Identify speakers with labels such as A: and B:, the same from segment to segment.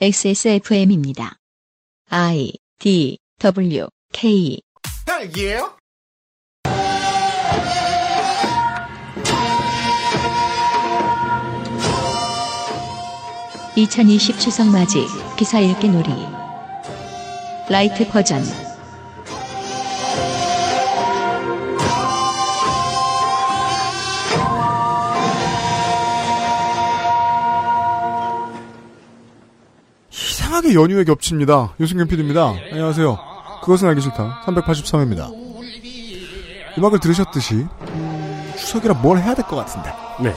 A: XSFM입니다. I D W K
B: Hell yeah!
A: 2020 추석 맞이 기사 읽기 놀이 라이트 버전
B: 이상하게 연휴에 겹칩니다. 유승균 PD입니다. 안녕하세요. 그것은 알기 싫다. 383회입니다. 음악을 들으셨듯이 음, 추석이라 뭘 해야 될 것 같은데.
C: 네.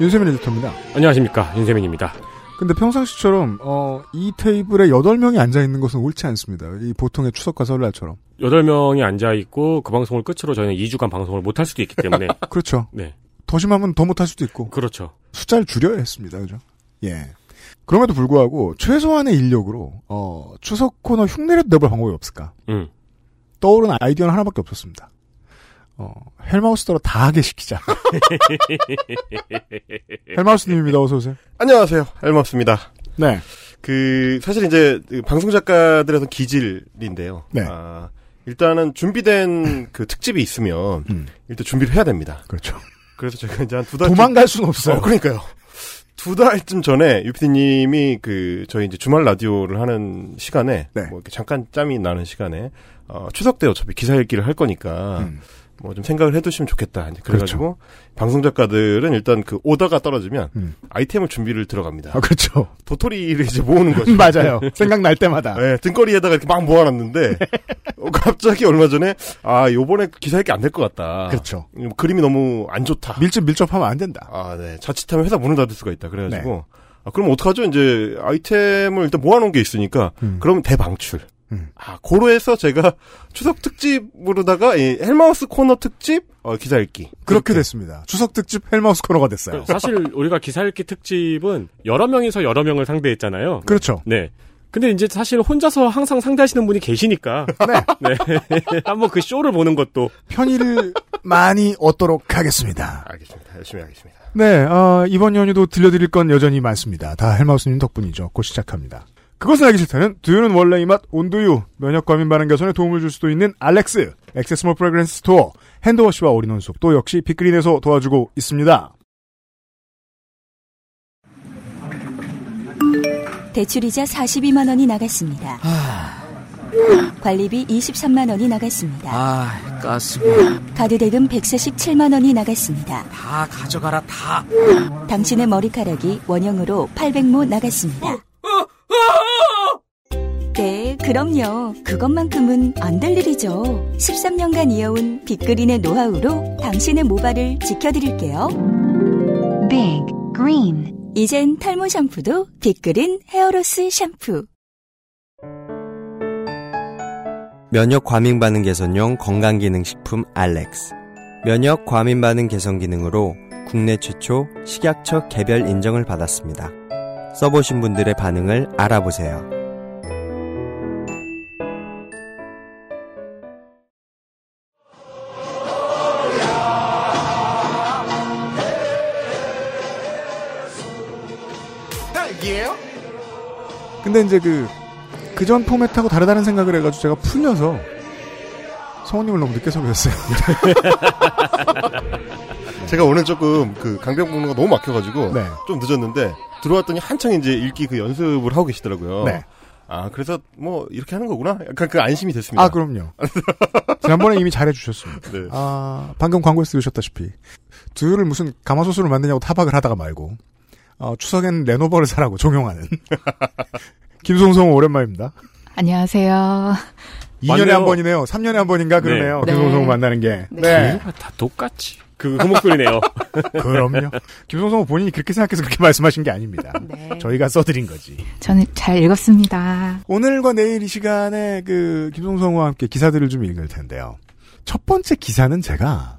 B: 윤세민 에디터입니다.
C: 안녕하십니까. 윤세민입니다.
B: 근데 평상시처럼 어, 이 테이블에 8명이 앉아있는 것은 옳지 않습니다. 이 보통의 추석과 설날처럼.
C: 8명이 앉아있고, 그 방송을 끝으로 저희는 2주간 방송을 못 할 수도 있기 때문에.
B: 그렇죠.
C: 네.
B: 더 심하면 더 못할 수도 있고
C: 그렇죠.
B: 숫자를 줄여야 했습니다. 그죠? 예. 그럼에도 불구하고 최소한의 인력으로 어, 추석 코너 흉내라도 내볼 방법이 없을까?
C: 음.
B: 떠오른 아이디어는 하나밖에 없었습니다. 어, 헬마우스더러 다 하게 시키자. 헬마우스님입니다. 어서 오세요.
D: 안녕하세요. 알맙습니다.
B: 네.
D: 그 사실 이제 그 방송 작가들에서 기질인데요.
B: 네.
D: 아, 일단은 준비된 그 특집이 있으면
B: 음.
D: 일단 준비를 해야 됩니다.
B: 그렇죠.
D: 그래서 제가 이제 한 두 달.
B: 도망갈 수는 없어요. 그렇죠.
D: 어, 그러니까요. 두 달쯤 전에 유피디님이 그 저희 이제 주말 라디오를 하는 시간에
B: 네.
D: 뭐 이렇게 잠깐 짬이 나는 시간에 어, 추석 때 어차피 기사 읽기를 할 거니까
B: 음. 그렇죠.
D: 뭐 좀 생각을 해두시면 좋겠다. 이제 그래가지고 방송 작가들은 일단 그 오다가 떨어지면
B: 음.
D: 아이템을 준비를 들어갑니다.
B: 아, 그렇죠. 네.
D: 도토리를 이제 모으는 거죠.
B: 음, 맞아요. 생각날 때마다.
D: 예, 등거리에다가 이렇게 막 모아놨는데 어, 갑자기 얼마 전에 아 요번에 기사 읽기 안 될 것 같다.
B: 그렇죠.
D: 음, 그림이 너무 안 좋다.
B: 밀집 밀접하면 안 된다.
D: 아, 네. 자칫하면 회사 문을 닫을 수가 있다. 그래가지고
B: 네.
D: 아, 그럼 어떡하죠? 이제 아이템을 일단 모아놓은 게 있으니까
B: 음.
D: 그러면 대방출.
B: 음.
D: 아, 고로 해서 제가 추석 특집으로다가 이 헬마우스 코너 특집 어, 기사 읽기.
B: 아, 그렇게 됐습니다. 추석 특집 헬마우스 코너가
D: 네.
B: 됐어요.
C: 사실 우리가 기사 읽기 특집은 여러 명이서 여러 명을 상대했잖아요.
B: 그렇죠.
C: 네. 근데 이제 사실 혼자서 항상 상대하시는 분이 계시니까. 네. 한번 그 쇼를 보는 것도.
B: 편의를 많이 얻도록 하겠습니다.
D: 알겠습니다. 열심히 하겠습니다.
B: 네, 어, 이번 연휴도 들려드릴 건 여전히 많습니다. 다 헬마우스님 덕분이죠. 곧 시작합니다. 그것은 알기 싫다는 두유는 원래 이 맛 온두유 면역과 민반응 개선에 도움을 줄 수도 있는 알렉스 액세스몰 프레그런스 스토어 핸드워시와 올인원 수업도 역시 빅그린에서 도와주고 있습니다.
E: 대출이자 42만 원이 나갔습니다.
F: 아.
E: 관리비 23만 원이 나갔습니다.
F: 아, 가스비.
E: 카드 대금 147만 원이 나갔습니다.
F: 다 가져가라, 다.
E: 당신의 머리카락이 원형으로 800모 나갔습니다. 네, 그럼요. 그것만큼은 안 될 일이죠. 13년간 이어온 빅그린의 노하우로 당신의 모발을 네, 지켜드릴게요.
G: Big Green
E: 이젠 탈모 샴푸도 빅그린 헤어로스 샴푸.
H: 면역 과민 반응 개선용 건강 기능 식품 알렉스. 면역 과민 반응 개선 기능으로 국내 최초 식약처 개별 인정을 받았습니다. 써보신 분들의 반응을 알아보세요.
B: 근데 이제 그 그전 포맷하고 다르다는 생각을 해가지고 제가 풀려서 성우님을 너무 늦게 섭외했어요.
D: 제가 오늘 조금 그 강병 복로가 너무 막혀가지고
B: 네.
D: 좀 늦었는데 들어왔더니 한창 이제 읽기 그 연습을 하고 계시더라고요.
B: 네.
D: 아 그래서 뭐 이렇게 하는 거구나. 약간 그 안심이 됐습니다.
B: 아 그럼요. 지난번에 이미 잘해주셨습니다.
D: 네.
B: 아, 방금 광고에서 들으셨다시피 두유를 무슨 가마솥으로 만드냐고 타박을 하다가 말고 어, 추석엔 레노버를 사라고 종용하는 김송송 오랜만입니다.
G: 안녕하세요.
B: 2년에
C: 맞네요.
B: 한 번이네요. 3년에 한 번인가 그러네요.
G: 네.
B: 김송송
G: 네.
B: 만나는 게. 네.
C: 다 똑같이. 그, 그 목소리네요.
B: 그럼요. 김송송 본인이 그렇게 생각해서 그렇게 말씀하신 게 아닙니다.
G: 네.
B: 저희가 써드린 거지.
G: 저는 잘 읽었습니다.
B: 오늘과 내일 이 시간에 그 김송성우와 함께 기사들을 좀 읽을 텐데요. 첫 번째 기사는 제가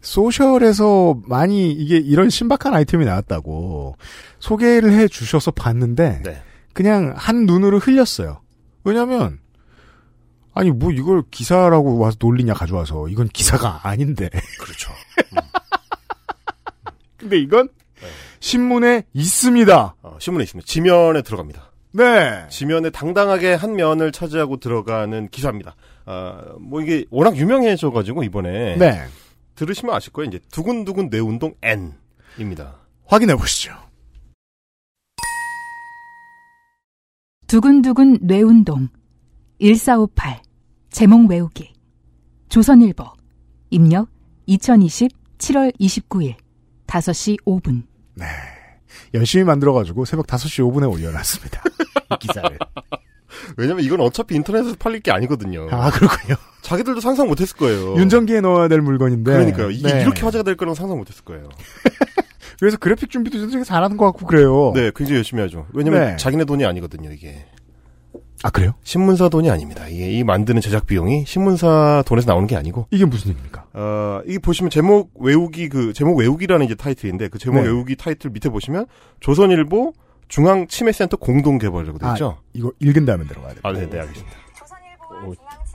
B: 소셜에서 많이 이게 이런 신박한 아이템이 나왔다고 소개를 해 주셔서 봤는데
D: 네.
B: 그냥 한 눈으로 흘렸어요. 왜냐면 아니 뭐 이걸 기사라고 와서 놀리냐 가져와서 이건 기사가 아닌데
D: 그렇죠.
B: 근데 이건 신문에 있습니다.
D: 어, 신문에 있습니다. 지면에 들어갑니다.
B: 네.
D: 지면에 당당하게 한 면을 차지하고 들어가는 기사입니다. 아, 뭐 이게 워낙 유명해져가지고 이번에
B: 네.
D: 들으시면 아실 거예요. 이제 두근두근 내 운동 N입니다.
B: 확인해 보시죠.
G: 두근두근 뇌운동 1458 제목 외우기 조선일보 입력 2020 7월 29일 5시 5분
B: 열심히 만들어가지고 새벽 5시 5분에 올려놨습니다. 이 기사를.
D: 왜냐면 이건 어차피 인터넷에서 팔릴 게 아니거든요.
B: 아, 그렇군요.
D: 자기들도 상상 못했을 거예요.
B: 윤전기에 넣어야 될 물건인데.
D: 그러니까요. 이게
B: 네.
D: 이렇게 화제가 될 거라고 상상 못했을 거예요.
B: 그래서 그래픽 준비도 되게 잘하는 것 같고 그래요.
D: 네, 굉장히 열심히 하죠. 왜냐면
B: 어. 네.
D: 자기네 돈이 아니거든요, 이게.
B: 아, 그래요?
D: 신문사 돈이 아닙니다. 이게 이 만드는 제작 비용이 신문사 돈에서 나오는 게 아니고
B: 이게 무슨 일입니까?
D: 어, 이게 보시면 제목 외우기 그 제목 외우기라는 이제 타이틀인데 그 제목
B: 네.
D: 외우기 타이틀 밑에 보시면 조선일보 중앙 치매센터 공동 개발이라고 돼 있죠.
B: 이거 읽은 다음에 들어가야 돼.
D: 아, 네, 네, 알겠습니다.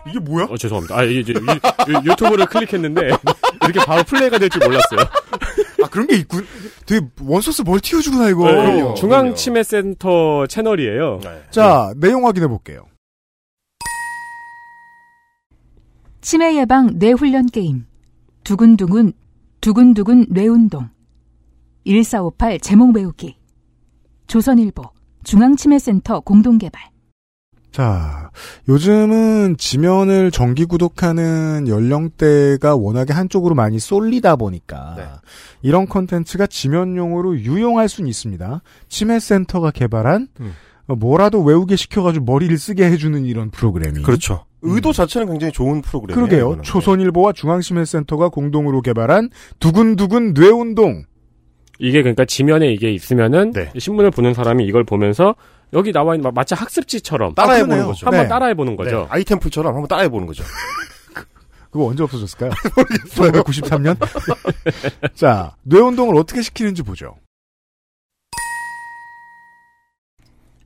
B: 이게 뭐야?
C: 어, 죄송합니다. 아, 이제 유, 튜브를 클릭했는데 이렇게 바로 플레이가 될 줄 몰랐어요.
B: 아, 그런 게 있군. 되게 원소스 멀티유즈구나, 이거.
C: 네,
D: 어, 그럼요.
C: 중앙 치매 센터 채널이에요.
B: 자, 내용 확인해 볼게요.
G: 치매 예방 뇌훈련 게임 두근두근 두근두근 뇌운동 1458 제목 외우기 조선일보 중앙치매센터 공동개발
B: 자, 요즘은 지면을 정기 구독하는 연령대가 워낙에 한쪽으로 많이 쏠리다 보니까
D: 네.
B: 이런 컨텐츠가 지면용으로 유용할 순 있습니다. 치매센터가 개발한
D: 음.
B: 어, 뭐라도 외우게 시켜가지고 머리를 쓰게 해주는 이런 프로그램이
D: 그렇죠. 의도 자체는 굉장히 좋은 프로그램이에요.
B: 그러게요.
D: 이거는.
B: 조선일보와 중앙시민센터가 공동으로 개발한 두근두근 뇌운동.
C: 이게 그러니까 지면에 이게 있으면은
D: 네.
C: 신문을 보는 사람이 이걸 보면서 여기 나와 있는 마- 마치 학습지처럼
D: 따라해 보는
B: 그러네요.
D: 거죠.
C: 한번
B: 네.
C: 따라해 보는 거죠.
D: 네, 아이템풀처럼 한번 따라해 보는 거죠.
B: 그거 언제 없어졌을까요? 1993년? 자, 뇌운동을 어떻게 시키는지 보죠.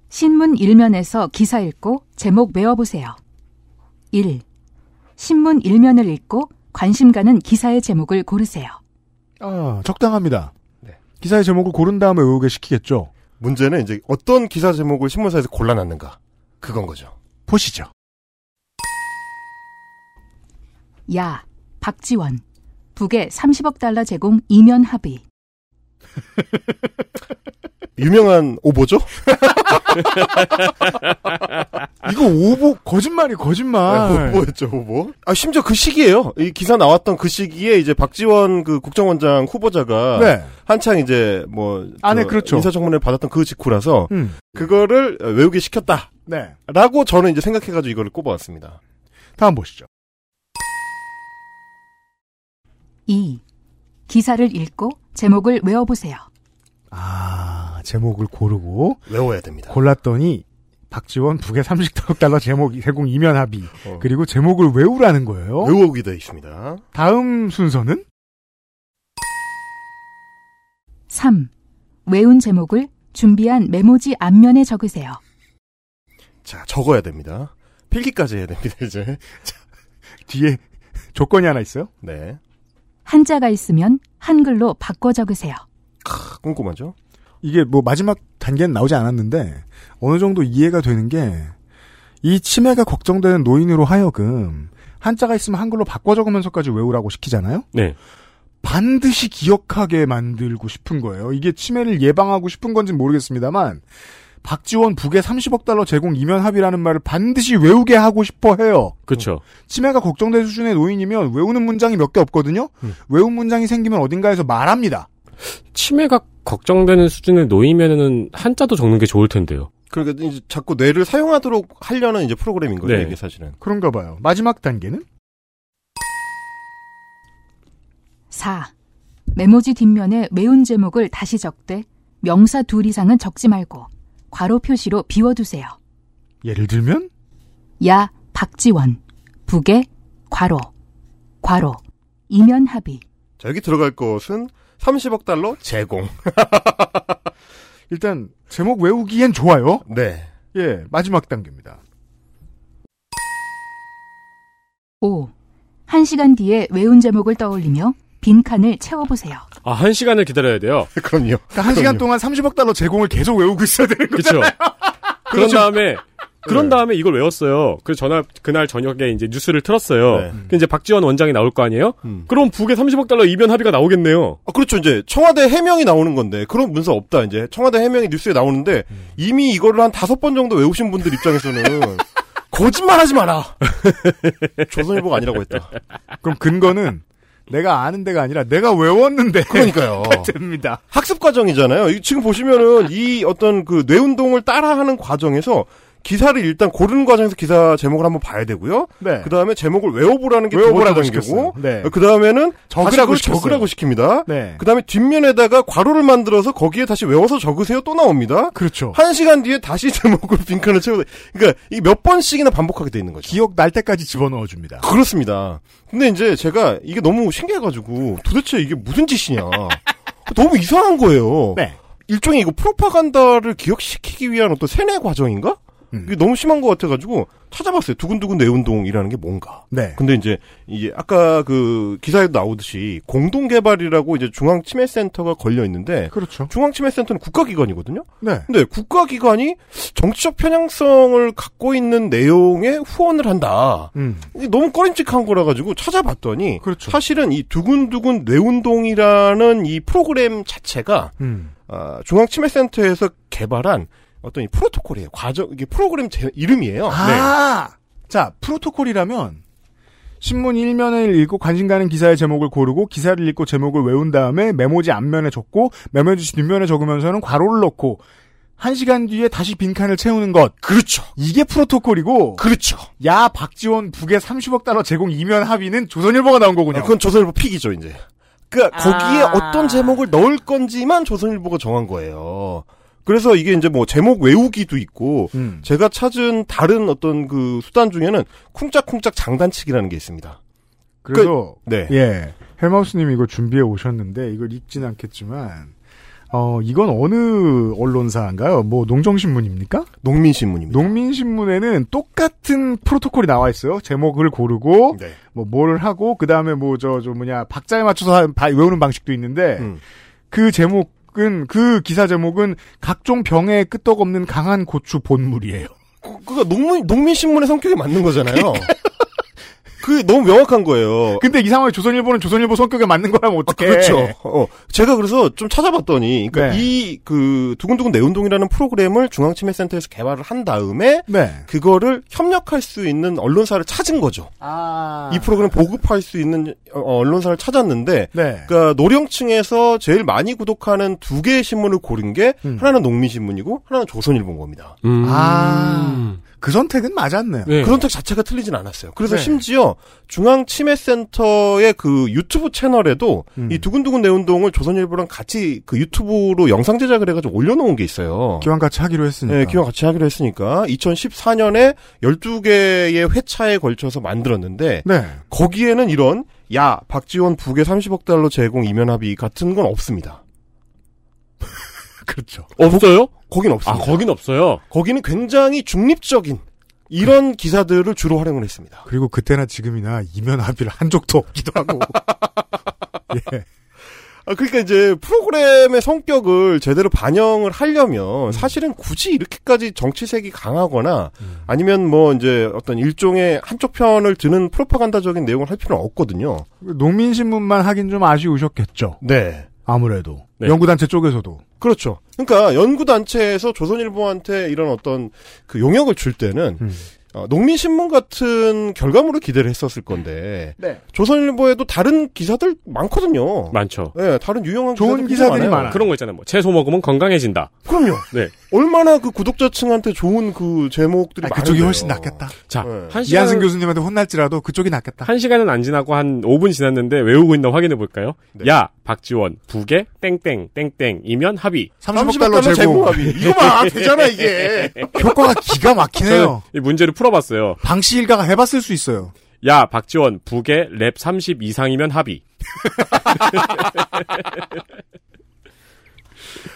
G: 신문 일면에서 기사 읽고 제목 외워보세요. 1. 신문 일면을 읽고 관심 가는 기사의 제목을 고르세요.
B: 아, 적당합니다.
D: 네.
B: 기사의 제목을 고른 다음에 외우게 시키겠죠?
D: 문제는 이제 어떤 기사 제목을 신문사에서 골라놨는가 그건 거죠.
B: 보시죠.
G: 야, 박지원. 북에 30억 달러 제공 이면 합의.
D: 유명한 오보죠?
B: 이거 오보, 거짓말이 거짓말.
D: 아. 오보였죠, 오보. 아, 심지어 그 시기에요. 이 기사 나왔던 그 시기에 이제 박지원 그 국정원장 후보자가
B: 네.
D: 한창 이제 뭐
B: 아, 네,
D: 저
B: 그렇죠.
D: 인사청문회 받았던 그 직후라서
B: 음,
D: 그거를 외우게 시켰다라고
B: 네.
D: 저는 이제 생각해가지고 이거를 꼽아왔습니다.
B: 다음 보시죠.
G: 2. 기사를 읽고 제목을 외워보세요.
B: 아, 제목을 고르고
D: 외워야 됩니다.
B: 골랐더니 박지원 북의 30달러 제목 제공 이면 합의.
D: 어.
B: 그리고 제목을 외우라는 거예요.
D: 외우기 도 있습니다.
B: 다음 순서는
G: 3. 외운 제목을 준비한 메모지 앞면에 적으세요.
D: 자 적어야 됩니다. 필기까지 해야 됩니다 이제.
B: 뒤에 조건이 하나 있어요.
D: 네.
G: 한자가 있으면 한글로 바꿔 적으세요.
D: 크, 꼼꼼하죠.
B: 이게 뭐 마지막 단계는 나오지 않았는데 어느 정도 이해가 되는 게 이 치매가 걱정되는 노인으로 하여금 한자가 있으면 한글로 바꿔 적으면서까지 외우라고 시키잖아요.
C: 네.
B: 반드시 기억하게 만들고 싶은 거예요. 이게 치매를 예방하고 싶은 건지 는 모르겠습니다만 박지원 북의 30억 달러 제공 이면 합의라는 말을 반드시 외우게 하고 싶어 해요.
C: 그렇죠.
B: 치매가 걱정될 수준의 노인이면 외우는 문장이 몇 개 없거든요. 외운 문장이 생기면 어딘가에서 말합니다.
C: 치매가 걱정되는 수준의 노이면은 한자도 적는 게 좋을 텐데요.
D: 그러니까 이제 자꾸 뇌를 사용하도록 하려는 이제 프로그램인 거죠
C: 네.
D: 이게 사실은.
B: 그런가 봐요. 마지막 단계는
G: 4. 메모지 뒷면에 외운 제목을 다시 적되 명사 둘 이상은 적지 말고 괄호 표시로 비워두세요.
B: 예를 들면
G: 야 박지원 북의 괄호 괄호 이면 합의
D: 자 여기 들어갈 것은 30억 달러 제공.
B: 일단 제목 외우기엔 좋아요.
D: 네.
B: 예, 마지막 단계입니다.
G: 5. 1시간 뒤에 외운 제목을 떠올리며 빈칸을 채워보세요.
C: 아, 한 시간을 기다려야 돼요.
D: 그럼요.
B: 그러니까 한 시간 동안 30억 달러 제공을 계속 외우고 있어야 되는 거죠.
C: 그렇죠. 그런 다음에 그런 다음에 이걸 외웠어요. 그래서 전화 그날 저녁에 이제 뉴스를 틀었어요.
D: 네.
C: 그 이제 박지원 원장이 나올 거 아니에요?
D: 음.
C: 그럼 북에 30억 달러 이변 합의가 나오겠네요.
D: 아, 그렇죠. 이제 청와대 해명이 나오는 건데 그런 문서 없다. 이제 청와대 해명이 뉴스에 나오는데
B: 음.
D: 이미 이거를 한 다섯 번 정도 외우신 분들 입장에서는 거짓말하지 마라. 조선일보가 아니라고 했다.
B: 그럼 근거는 내가 아는 데가 아니라 내가 외웠는데
D: 그러니까요.
B: 됩니다.
D: 학습 과정이잖아요. 이- 지금 보시면은 이 어떤 그 뇌운동을 따라하는 과정에서 기사를 일단 고르는 과정에서 기사 제목을 한번 봐야 되고요.
B: 네.
D: 그 다음에 제목을 외워보라는 게두
B: 외워보라고
D: 번째
B: 시켰어요.
D: 단계고,
B: 네.
D: 그 다음에는
B: 적으라고
D: 적으라고
B: 시켰어요.
D: 적으라고 시킵니다.
B: 네.
D: 그 다음에 뒷면에다가 괄호를 만들어서 거기에 다시 외워서 적으세요 또 나옵니다.
B: 그렇죠.
D: 한 시간 뒤에 다시 제목을 빈칸을 채우다. 그러니까 이 몇 번씩이나 반복하게 돼 있는 거죠.
B: 기억 날 때까지 집어넣어 줍니다.
D: 그렇습니다. 근데 이제 제가 이게 너무 신기해가지고 도대체 이게 무슨 짓이냐. 너무 이상한 거예요.
B: 네.
D: 일종의 이거 프로파간다를 기억시키기 위한 어떤 세뇌 과정인가?
B: 음.
D: 이게 너무 심한 것 같아가지고 찾아봤어요. 두근두근 뇌운동이라는 게 뭔가.
B: 네.
D: 근데 이제 이게 아까 그 기사에도 나오듯이 공동개발이라고 이제 중앙치매센터가 걸려 있는데
B: 그렇죠.
D: 중앙치매센터는 국가기관이거든요.
B: 네.
D: 근데 국가기관이 정치적 편향성을 갖고 있는 내용에 후원을 한다.
B: 음.
D: 이게 너무 꺼림칙한 거라 가지고 찾아봤더니
B: 그렇죠.
D: 사실은 이 두근두근 뇌운동이라는 이 프로그램 자체가
B: 음.
D: 아, 중앙치매센터에서 개발한 어떤 이 프로토콜이에요. 과정 이게 프로그램 제- 이름이에요. 네.
B: 아! 자, 프로토콜이라면 신문 일면을 읽고 관심 가는 기사의 제목을 고르고 기사를 읽고 제목을 외운 다음에 메모지 앞면에 적고 메모지 뒷면에 적으면서는 괄호를 넣고 한시간 뒤에 다시 빈칸을 채우는 것.
D: 그렇죠.
B: 이게 프로토콜이고
D: 그렇죠.
B: 야 박지원 북의 30억 달러 제공 이면 합의는 조선일보가 나온 거군요.
D: 아, 그건 조선일보 픽이죠, 이제. 그러니까 거기에 어떤 제목을 넣을 건지만 조선일보가 정한 거예요. 그래서 이게 이제 뭐 제목 외우기도 있고
B: 음.
D: 제가 찾은 다른 어떤 그 수단 중에는 쿵짝쿵짝 장단치기라는 게 있습니다.
B: 그래서
D: 네.
B: 예 헬마우스님이 이거 준비해 오셨는데 이걸 읽진 않겠지만 어 이건 어느 언론사인가요? 뭐 농정신문입니까?
D: 농민신문입니다.
B: 농민신문에는 똑같은 프로토콜이 나와 있어요. 제목을 고르고
D: 네.
B: 뭐 뭘 하고 그 다음에 뭐 저 저 뭐냐 박자에 맞춰서 한- 바- 외우는 방식도 있는데
D: 음.
B: 그 제목은 그 기사 제목은 각종 병에 끄떡없는 강한 고추 본물이에요.
D: 그, 그거 농민 농민신문의 성격이 맞는 거잖아요. 그게 너무 명확한 거예요.
B: 근데 이 상황에 조선일보는 조선일보 성격에 맞는 거라면
D: 어. 아,
B: 어떡해.
D: 그렇죠. 어, 제가 그래서 좀 찾아봤더니, 그러니까
B: 네.
D: 이 그 두근두근 내 운동이라는 프로그램을 중앙치매센터에서 개발을 한 다음에
B: 네.
D: 그거를 협력할 수 있는 언론사를 찾은 거죠.
B: 아.
D: 이 프로그램 보급할 수 있는 어, 어, 언론사를 찾았는데,
B: 네.
D: 그러니까 노령층에서 제일 많이 구독하는 두 개의 신문을 고른 게
B: 음.
D: 하나는 농민신문이고 하나는 조선일보인 겁니다. 음.
B: 아. 그 선택은 맞았네요.
C: 네.
D: 그런 택 자체가 틀리진 않았어요. 그래서
B: 네.
D: 심지어 중앙치매센터의 그 유튜브 채널에도
B: 음.
D: 이 두근두근 내 운동을 조선일보랑 같이 그 유튜브로 영상 제작을 해가지고 올려놓은 게 있어요.
B: 기왕 같이 하기로 했으니까.
D: 네, 기왕 같이 하기로 했으니까 2014년에 12개의 회차에 걸쳐서 만들었는데
B: 네.
D: 거기에는 이런 야 박지원 북의 30억 달러 제공 이면 합의 같은 건 없습니다.
B: 그렇죠.
C: 없어요?
D: 거긴
C: 아,
D: 없습니다.
C: 거긴 없어요.
D: 거기는 굉장히 중립적인 이런 기사들을 주로 활용을 했습니다.
B: 그리고 그때나 지금이나 이면 합의를 한 적도 없기도 하고. 예.
D: 아, 그러니까 이제 프로그램의 성격을 제대로 반영을 하려면 사실은 굳이 이렇게까지 정치색이 강하거나 아니면 뭐 이제 어떤 일종의 한쪽 편을 드는 프로파간다적인 내용을 할 필요는 없거든요.
B: 농민신문만 하긴 좀 아쉬우셨겠죠.
D: 네.
B: 아무래도.
C: 네.
B: 연구단체 쪽에서도.
D: 그렇죠. 그러니까 연구단체에서 조선일보한테 이런 어떤 그 용역을 줄 때는
B: 음.
D: 어, 농민신문 같은 결과물을 기대를 했었을 건데
B: 네.
D: 조선일보에도 다른 기사들 많거든요.
C: 많죠.
D: 네, 다른 유용한
B: 좋은
D: 기사들
B: 기사들이
D: 굉장히
B: 많아요.
C: 그런 거 있잖아요. 뭐 채소 먹으면 건강해진다.
D: 그럼요.
C: 네.
D: 얼마나 그 구독자층한테 좋은 그 제목들이
B: 아,
D: 많은데요.
B: 그쪽이 훨씬 낫겠다.
C: 자,
D: 네.
C: 한 시간
B: 이한승 교수님한테 혼날지라도 그쪽이 낫겠다.
C: 한 시간은 안 지나고 한 5분 지났는데 외우고 있나 확인해 볼까요?
D: 네.
C: 야, 박지원, 북에 땡땡 땡땡이면 합의.
B: 30억 달러
D: 제공.
B: 제공.
D: 합의. 이거 봐 되잖아 이게.
B: 효과가 기가 막히네요.
C: 이 문제를 풀어봤어요.
B: 방시 일가가 해봤을 수 있어요.
C: 야, 박지원, 북에 랩 30 이상이면 합의.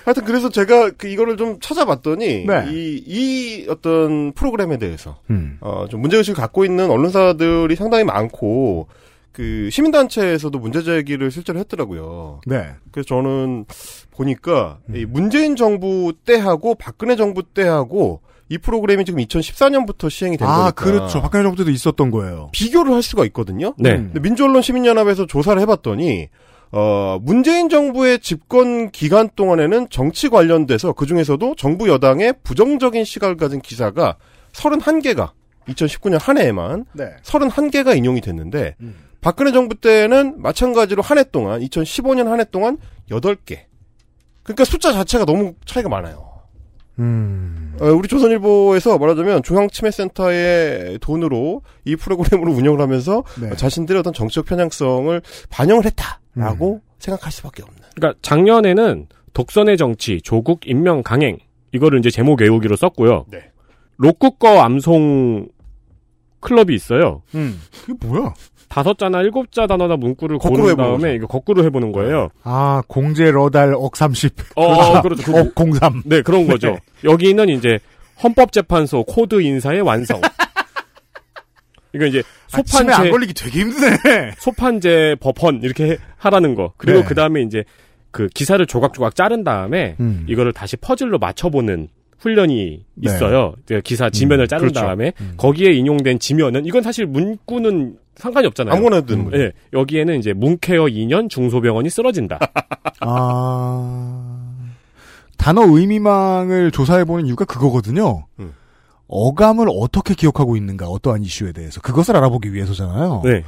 D: 하여튼 그래서 제가 그 이거를 좀 찾아봤더니
B: 네.
D: 이, 이 어떤 프로그램에 대해서
B: 음.
D: 어, 좀 문제의식을 갖고 있는 언론사들이 상당히 많고 그 시민단체에서도 문제 제기를 실제로 했더라고요.
B: 네.
D: 그래서 저는 보니까 이 문재인 정부 때하고 박근혜 정부 때하고 이 프로그램이 지금 2014년부터 시행이 된 거니까
B: 아, 그렇죠. 박근혜 정부 때도 있었던 거예요.
D: 비교를 할 수가 있거든요.
C: 네.
B: 음.
D: 근데 민주언론 시민연합에서 조사를 해봤더니 어, 문재인 정부의 집권 기간 동안에는 정치 관련돼서 그 중에서도 정부 여당의 부정적인 시각을 가진 기사가 31개가 2019년 한 해에만
B: 네.
D: 31개가 인용이 됐는데
B: 음.
D: 박근혜 정부 때는 마찬가지로 한 해 동안 2015년 한 해 동안 8개. 그러니까 숫자 자체가 너무 차이가 많아요.
B: 음.
D: 어, 우리 조선일보에서 말하자면 중앙침해센터의 돈으로 이 프로그램으로 운영을 하면서
B: 네.
D: 자신들의 어떤 정치적 편향성을 반영을 했다라고
B: 음.
D: 생각할 수밖에 없는.
C: 그러니까 작년에는 독선의 정치, 조국 임명 강행 이거를 이제 제목 외우기로 썼고요.
D: 네.
C: 로쿠꺼 암송 클럽이 있어요.
B: 음. 그게 뭐야?
C: 다섯 자나 일곱 자 단어나 문구를
D: 거꾸로
C: 고른
D: 해보는
C: 다음에 이거 거꾸로 해보는 거예요.
B: 아, 공제 러달 억30.
C: 어, 어, 그렇죠. 그-
B: 억03.
C: 네, 그런 거죠. 여기는 이제 헌법재판소 코드 인사의 완성. 이거 이제
B: 아침에 안
C: 소판제,
B: 걸리기 되게 힘드네.
C: 소판제 법헌 이렇게 해- 하라는 거. 그리고
B: 네.
C: 그 다음에 이제 그 기사를 조각조각 자른 다음에
B: 음.
C: 이거를 다시 퍼즐로 맞춰보는 훈련이
B: 네.
C: 있어요. 이제 기사 지면을
B: 음,
C: 자른
B: 그렇죠.
C: 다음에
B: 음.
C: 거기에 인용된 지면은 이건 사실 문구는 상관이 없잖아요.
D: 아무거나 해도 되는
B: 음.
D: 거죠.
C: 예, 여기에는 이제 문케어 2년 중소병원이 쓰러진다.
B: 아. 단어 의미망을 조사해보는 이유가 그거거든요.
D: 음.
B: 어감을 어떻게 기억하고 있는가, 어떠한 이슈에 대해서. 그것을 알아보기 위해서잖아요.
C: 네.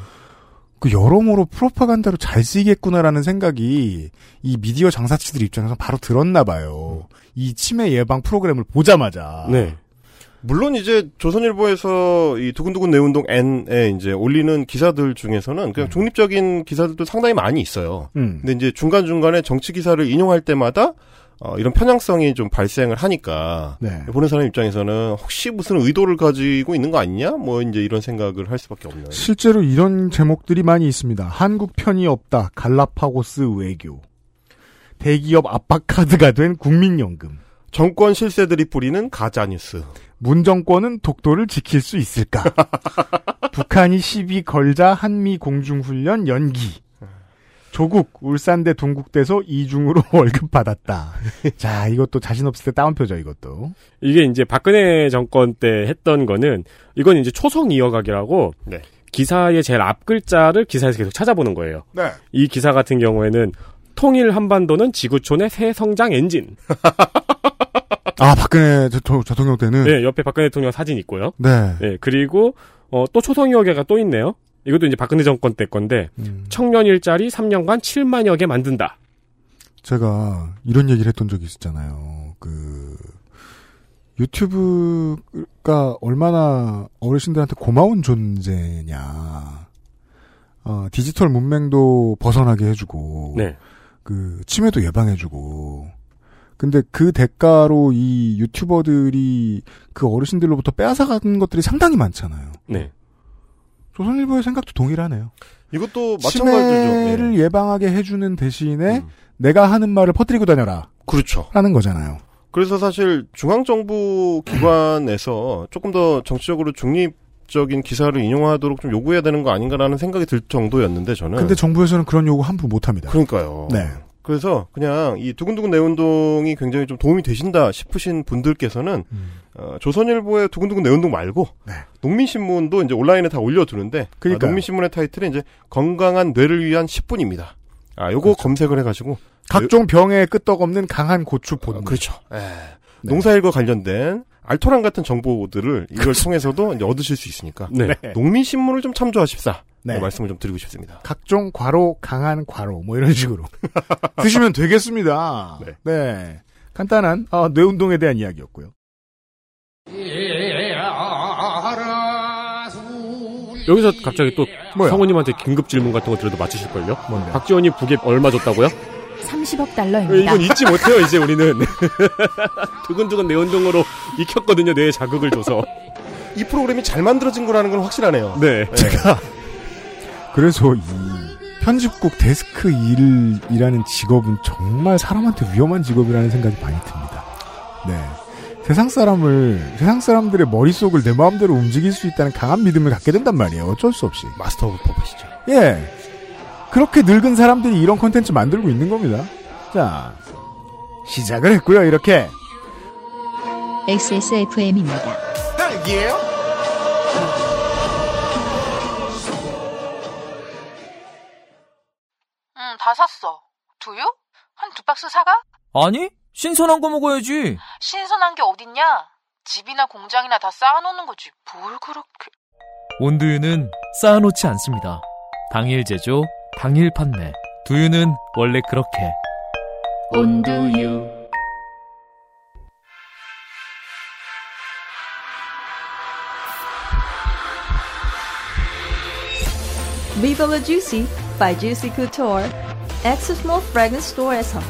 B: 그 여러모로 프로파간다로 잘 쓰이겠구나라는 생각이 이 미디어 장사치들 입장에서 바로 들었나 봐요. 이 치매 예방 프로그램을 보자마자.
C: 네.
D: 물론 이제 조선일보에서 이 두근두근 내 운동 N에 이제 올리는 기사들 중에서는 그냥 중립적인 기사들도 상당히 많이 있어요.
B: 음.
D: 근데 이제 중간 중간에 정치 기사를 인용할 때마다 어, 이런 편향성이 좀 발생을 하니까
B: 네.
D: 보는 사람 입장에서는 혹시 무슨 의도를 가지고 있는 거 아니냐? 뭐 이제 이런 생각을 할 수밖에 없는.
B: 실제로 이런 제목들이 많이 있습니다. 한국 편이 없다. 갈라파고스 외교. 대기업 압박 카드가 된 국민연금.
D: 정권 실세들이 뿌리는 가짜 뉴스.
B: 문정권은 독도를 지킬 수 있을까? 북한이 시비 걸자 한미 공중훈련 연기. 조국 울산대 동국대서 이중으로 월급 받았다. 자, 이것도 자신 없을 때 다운표죠, 이것도.
C: 이게 이제 박근혜 정권 때 했던 거는 이건 이제 초성 이어가기라고
D: 네.
C: 기사의 제일 앞 글자를 기사에서 계속 찾아보는 거예요.
D: 네.
C: 이 기사 같은 경우에는 통일 한반도는 지구촌의 새 성장 엔진.
B: 아, 박근혜 저- 대통령 때는
C: 네, 옆에 박근혜 대통령 사진 있고요.
B: 네.
C: 네, 그리고 어, 또 초성 이어가가 또 있네요. 이것도 이제 박근혜 정권 때 건데
B: 음,
C: 청년 일자리 3년간 7만여 개 만든다.
B: 제가 이런 얘기를 했던 적이 있었잖아요. 그 유튜브가 얼마나 어르신들한테 고마운 존재냐. 어, 디지털 문맹도 벗어나게 해주고
C: 네.
B: 그 치매도 예방해주고. 근데 그 대가로 이 유튜버들이 그 어르신들로부터 빼앗아가는 것들이 상당히 많잖아요.
C: 네.
B: 조선일보의 생각도 동일하네요.
D: 이것도 그 마찬가지죠.
B: 치매를
D: 예.
B: 예방하게 해주는 대신에
D: 음.
B: 내가 하는 말을 퍼뜨리고 다녀라.
D: 그렇죠.
B: 라는 거잖아요.
D: 그래서 사실 중앙정부 기관에서 조금 더 정치적으로 중립적인 기사를 인용하도록 좀 요구해야 되는 거 아닌가라는 생각이 들 정도였는데 저는.
B: 근데 정부에서는 그런 요구 함부 못 합니다.
D: 네. 그러니까요.
B: 네.
D: 그래서 그냥 이 두근두근 내 운동이 굉장히 좀 도움이 되신다 싶으신 분들께서는 어, 조선일보의 두근두근 내 운동 말고
B: 음. 네.
D: 농민신문도 이제 온라인에 다 올려두는데 아,
B: 그러니까요.
D: 농민신문의 타이틀은 이제 건강한 뇌를 위한 10분입니다. 아 요거
B: 그렇죠.
D: 검색을 해가지고
B: 각종 병에 끄떡없는 강한 고추 본능.
D: 어, 그렇죠. 예.
B: 네.
D: 농사일과 관련된 알토란 같은 정보들을 이걸
B: 그렇죠.
D: 통해서도 이제 얻으실 수 있으니까
C: 네.
D: 농민신문을 좀 참조하십사
B: 네.
D: 네, 말씀을 좀 드리고 싶습니다.
B: 각종 과로 강한 과로 뭐 이런 식으로 드시면 되겠습니다. 네.
D: 네.
B: 간단한 어, 뇌 운동에 대한 이야기였고요.
C: 여기서 갑자기 또
B: 뭐야?
C: 성우님한테 긴급 질문 같은 거 드려도 맞추실걸요?
B: 뭔데?
C: 박지원이 북에 얼마 줬다고요?
G: 30억
C: 예,
G: 달러입니다.
C: 이건 잊지 못해요, 이제 우리는. 두근두근 내 운동으로 익혔거든요, 뇌에 자극을 줘서.
D: 이 프로그램이 잘 만들어진 거라는 건 확실하네요.
C: 네.
B: 제가 그래서 이 편집국 데스크 일이라는 직업은 정말 사람한테 위험한 직업이라는 생각이 많이 듭니다. 네. 세상 사람을 세상 사람들의 머릿속을 내 마음대로 움직일 수 있다는 강한 믿음을 갖게 된단 말이에요. 어쩔 수 없이.
D: 마스터 오브 퍼펫이죠.
B: 예. 그렇게 늙은 사람들이 이런 콘텐츠 만들고 있는 겁니다. 자. 시작을 했고요. 이렇게
A: XSFM입니다.
I: 응, 다 샀어. 두유? 한 두 박스 사가?
F: 아니? 신선한 거 먹어야지.
I: 신선한 게 어딨냐? 집이나 공장이나 다 쌓아놓는 거지. 뭘 그렇게.
F: 온두유는 쌓아놓지 않습니다. 당일 제조, 당일 판매. 두유는 원래 그렇게.
G: 온두유.
J: Viva La Juicy by Juicy Couture. Access Small Fragrance Store에서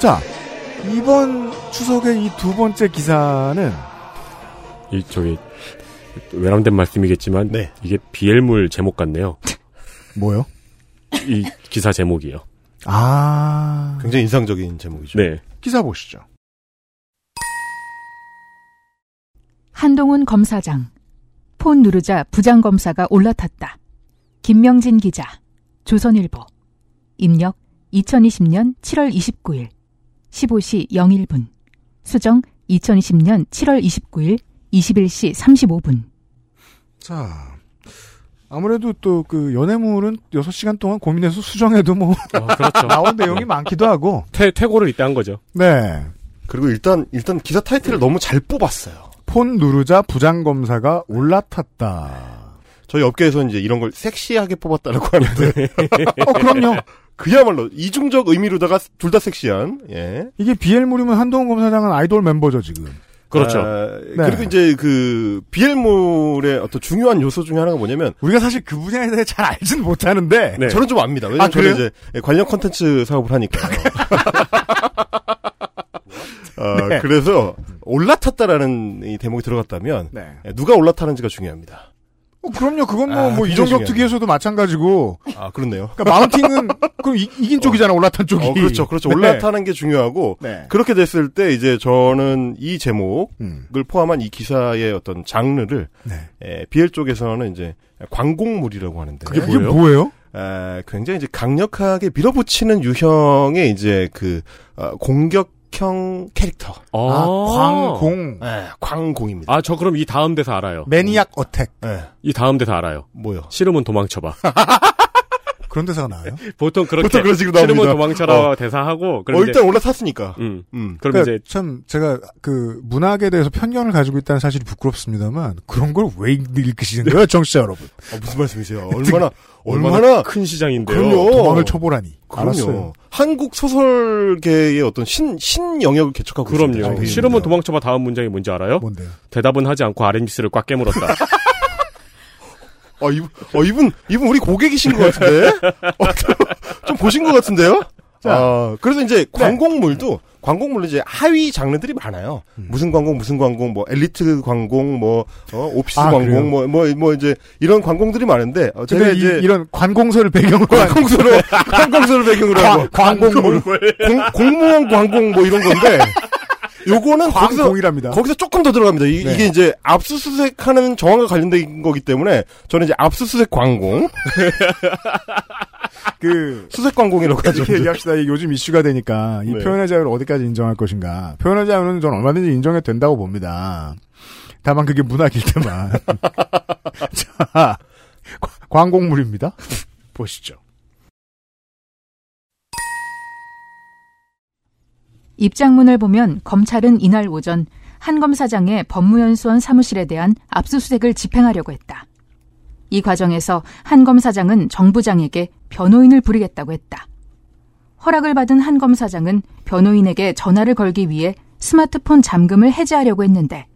B: 자, 이번 추석의 이 두 번째 기사는
C: 이, 저기, 외람된 말씀이겠지만,
D: 네.
C: 이게 비엘물 제목 같네요.
B: 뭐요?
C: 이 기사 제목이요.
B: 아,
D: 굉장히 인상적인 제목이죠.
C: 네.
B: 기사 보시죠.
G: 한동훈 검사장. 폰 누르자 부장검사가 올라탔다. 김명진 기자. 조선일보. 입력 2020년 7월 29일. 15시 01분. 수정 2020년 7월 29일 21시 35분.
B: 자, 아무래도 또 그 연애물은 6시간 동안 고민해서 수정해도 뭐
C: 그렇죠.
B: 나온 내용이 많기도 하고.
C: 퇴, 퇴고를 이때 한 거죠.
B: 네.
D: 그리고 일단 일단 기사 타이틀을 너무 잘 뽑았어요.
B: 폰 누르자 부장검사가 올라탔다.
D: 저희 업계에서 이제 이런 걸 섹시하게 뽑았다라고 하는데
B: 어, 그럼요.
D: 그야말로 이중적 의미로다가 둘 다 섹시한 예.
B: 이게 비엘물이면 한동훈 검사장은 아이돌 멤버죠, 네. 지금.
C: 그렇죠.
D: 아, 그리고 이제 그 비엘몰의 어떤 중요한 요소 중에 하나가 뭐냐면
B: 우리가 사실 그 분야에 대해 잘 알진 못하는데.
C: 네.
D: 저는 좀 압니다. 왜냐면
B: 아,
D: 저는
B: 그래요?
D: 이제 예, 관련 컨텐츠 사업을 하니까. 아,
B: 네.
D: 그래서 올라탔다라는 이 대목이 들어갔다면 예,
B: 네.
D: 누가 올라타는지가 중요합니다.
B: 어, 그럼요. 그건 뭐,
D: 아,
B: 뭐,
D: 그게
B: 이종격
D: 중요하네.
B: 특위에서도 마찬가지고.
D: 아 그렇네요.
B: 그러니까 마운팅은, 그럼 이, 긴 쪽이잖아, 올라탄 쪽이.
D: 어, 그렇죠, 그렇죠.
B: 네.
D: 올라타는 게 중요하고
B: 네.
D: 그렇게 됐을 때 이제 저는 이 제목을
B: 음.
D: 포함한 이 기사의 어떤 장르를
B: 네.
D: 에, BL 쪽에서는 이제 광곡물이라고 하는데
B: 그게 뭐예요? 뭐예요?
D: 아, 굉장히 이제 강력하게 밀어붙이는 유형의 이제 그 어, 공격형 캐릭터
C: 아,
B: 아, 광공.
D: 예, 광공입니다.
C: 아, 저 그럼 이 다음 대사 알아요.
B: 매니악 어택.
D: 예,
C: 이 다음 대사 알아요.
D: 뭐요?
C: 싫으면 도망쳐봐.
B: 그런 대사가 나와요?
C: 보통 그렇게.
D: 보통 그런 식으로
C: 싫으면
D: 나옵니다.
C: 도망쳐라 대사하고, 그럼
D: 어,
C: 이제,
D: 일단 올라탔으니까.
C: 음,
D: 음.
C: 그럼
B: 그러니까
C: 이제,
B: 참 제가 그 문학에 대해서 편견을 가지고 있다는 사실이 부끄럽습니다만 그런 걸 왜 읽으시는 거예요, 정치자 여러분?
D: 아, 무슨 말씀이세요? 얼마나 얼마나,
C: 큰 시장인데요.
D: 그럼요.
B: 도망을 쳐보라니.
D: 그럼요.
B: 알았어요.
D: 한국 소설계의 어떤 신, 신 영역을 개척하고 있습니다.
C: 아, 그럼요.
D: 저희
C: 싫으면
D: 분야가.
C: 도망쳐봐 다음 문장이 뭔지 알아요?
B: 뭔데요?
C: 대답은 하지 않고 RMS를 꽉 깨물었다.
D: 어, 이분, 어, 이분, 이분 우리 고객이신 것 같은데? 어, 좀, 좀 보신 것 같은데요?
B: 자. 네.
D: 아, 그래서 이제 광곡물도, 광곡물로 이제 하위 장르들이 많아요.
B: 음.
D: 무슨 광곡, 무슨 광곡, 뭐, 엘리트 광곡, 뭐, 어, 오피스
B: 아,
D: 광곡,
B: 그래요?
D: 뭐, 뭐, 뭐, 이제, 이런 광곡들이 많은데, 어, 제가
B: 근데 이,
D: 이제,
B: 이런 관공서를 배경으로 한
D: 광공소로, 광공소를 배경으로 하고,
B: 광공물.
D: 공, 공무원 광곡 뭐 이런 건데, 요거는 거기서
B: 광공이랍니다.
D: 거기서 조금 더 들어갑니다. 이,
B: 네.
D: 게 이제 압수수색하는 정황과 관련된 거기 때문에 저는 이제 압수수색 광공,
B: 그
D: 수색 광공이라고 하죠.
B: 이렇게 얘기합시다. 이게 요즘 이슈가 되니까 이
D: 네.
B: 표현의 자유를 어디까지 인정할 것인가? 표현의 자유는 전 얼마든지 인정해도 된다고 봅니다. 다만 그게 문학일 때만. 자, 과- 광공물입니다. 보시죠.
G: 입장문을 보면 검찰은 이날 오전 한 검사장의 법무연수원 사무실에 대한 압수수색을 집행하려고 했다. 이 과정에서 한 검사장은 정부장에게 변호인을 부리겠다고 했다. 허락을 받은 한 검사장은 변호인에게 전화를 걸기 위해 스마트폰 잠금을 해제하려고 했는데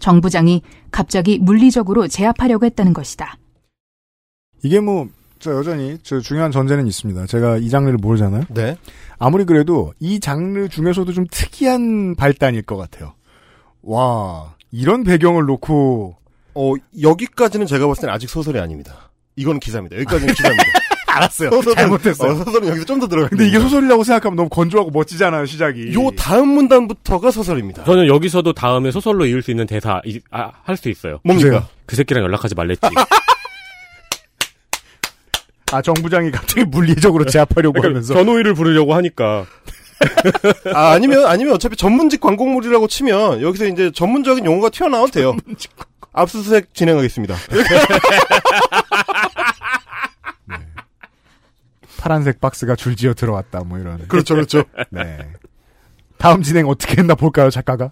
G: 정부장이 갑자기 물리적으로 제압하려고 했다는 것이다.
B: 이게 뭐, 저 여전히 저 중요한 전제는 있습니다. 제가 이 장르를 모르잖아요.
D: 네.
B: 아무리 그래도 이 장르 중에서도 좀 특이한 발단일 것 같아요. 와, 이런 배경을 놓고
D: 어 여기까지는 제가 봤을 땐 아직 소설이 아닙니다. 이건 기사입니다. 여기까지는 기사입니다.
B: 알았어요.
D: 소설은-
B: 잘못했어요.
D: 어, 소설은 여기서 좀 더 들어가.
B: 근데 이게 소설이라고 생각하면 너무 건조하고 멋지잖아요, 시작이.
D: 요 다음 문단부터가 소설입니다.
C: 저는 여기서도 다음에 소설로 이을 수 있는 대사 할 수 있어요.
D: 뭡니까?
C: 그 새끼랑 연락하지 말랬지.
B: 아, 정부장이 갑자기 물리적으로 제압하려고
D: 그러니까
B: 하면서.
C: 전호의를 부르려고 하니까
D: 아, 아니면 아니면 어차피 전문직 광고물이라고 치면 여기서 이제 전문적인 용어가 튀어나와도 돼요. 압수수색 진행하겠습니다.
B: 파란색 박스가 줄지어 들어왔다, 뭐 이런.
D: 그렇죠, 그렇죠.
B: 네. 다음 진행 어떻게 했나 볼까요, 작가가?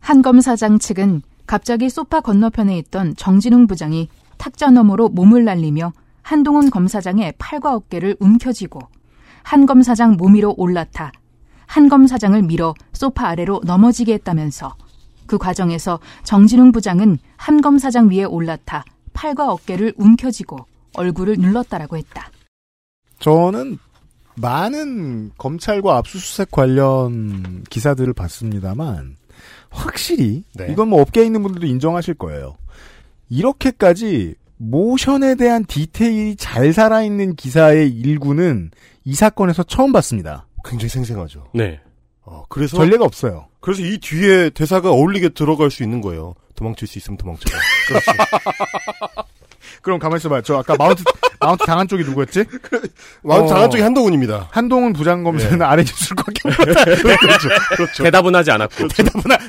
G: 한검 사장 측은 갑자기 소파 건너편에 있던 정진웅 부장이 탁자 너머로 몸을 날리며 한동훈 검사장의 팔과 어깨를 움켜쥐고 한 검사장 몸 위로 올라타 한 검사장을 밀어 소파 아래로 넘어지게 했다면서 그 과정에서 정진웅 부장은 한 검사장 위에 올라타 팔과 어깨를 움켜쥐고 얼굴을 눌렀다라고 했다.
B: 저는 많은 검찰과 압수수색 관련 기사들을 봤습니다만 확실히
D: 네.
B: 이건 뭐 업계에 있는 분들도 인정하실 거예요. 이렇게까지 모션에 대한 디테일이 잘 살아있는 기사의 일부는 이 사건에서 처음 봤습니다.
D: 굉장히 생생하죠.
C: 네.
D: 어, 그래서
B: 전례가 없어요.
D: 그래서 이 뒤에 대사가 어울리게 들어갈 수 있는 거예요. 도망칠 수 있으면 도망쳐라. 그렇지.
B: 그럼 가만히 있어봐요. 저 아까 마운트 마운트 당한 쪽이 누구였지?
D: 왕
B: 어.
D: 장한 쪽이 한동훈입니다.
B: 한동훈 부장검사는 아래 뉴스밖에
D: 그렇죠. 그렇죠.
C: 대답은 하지 않았고.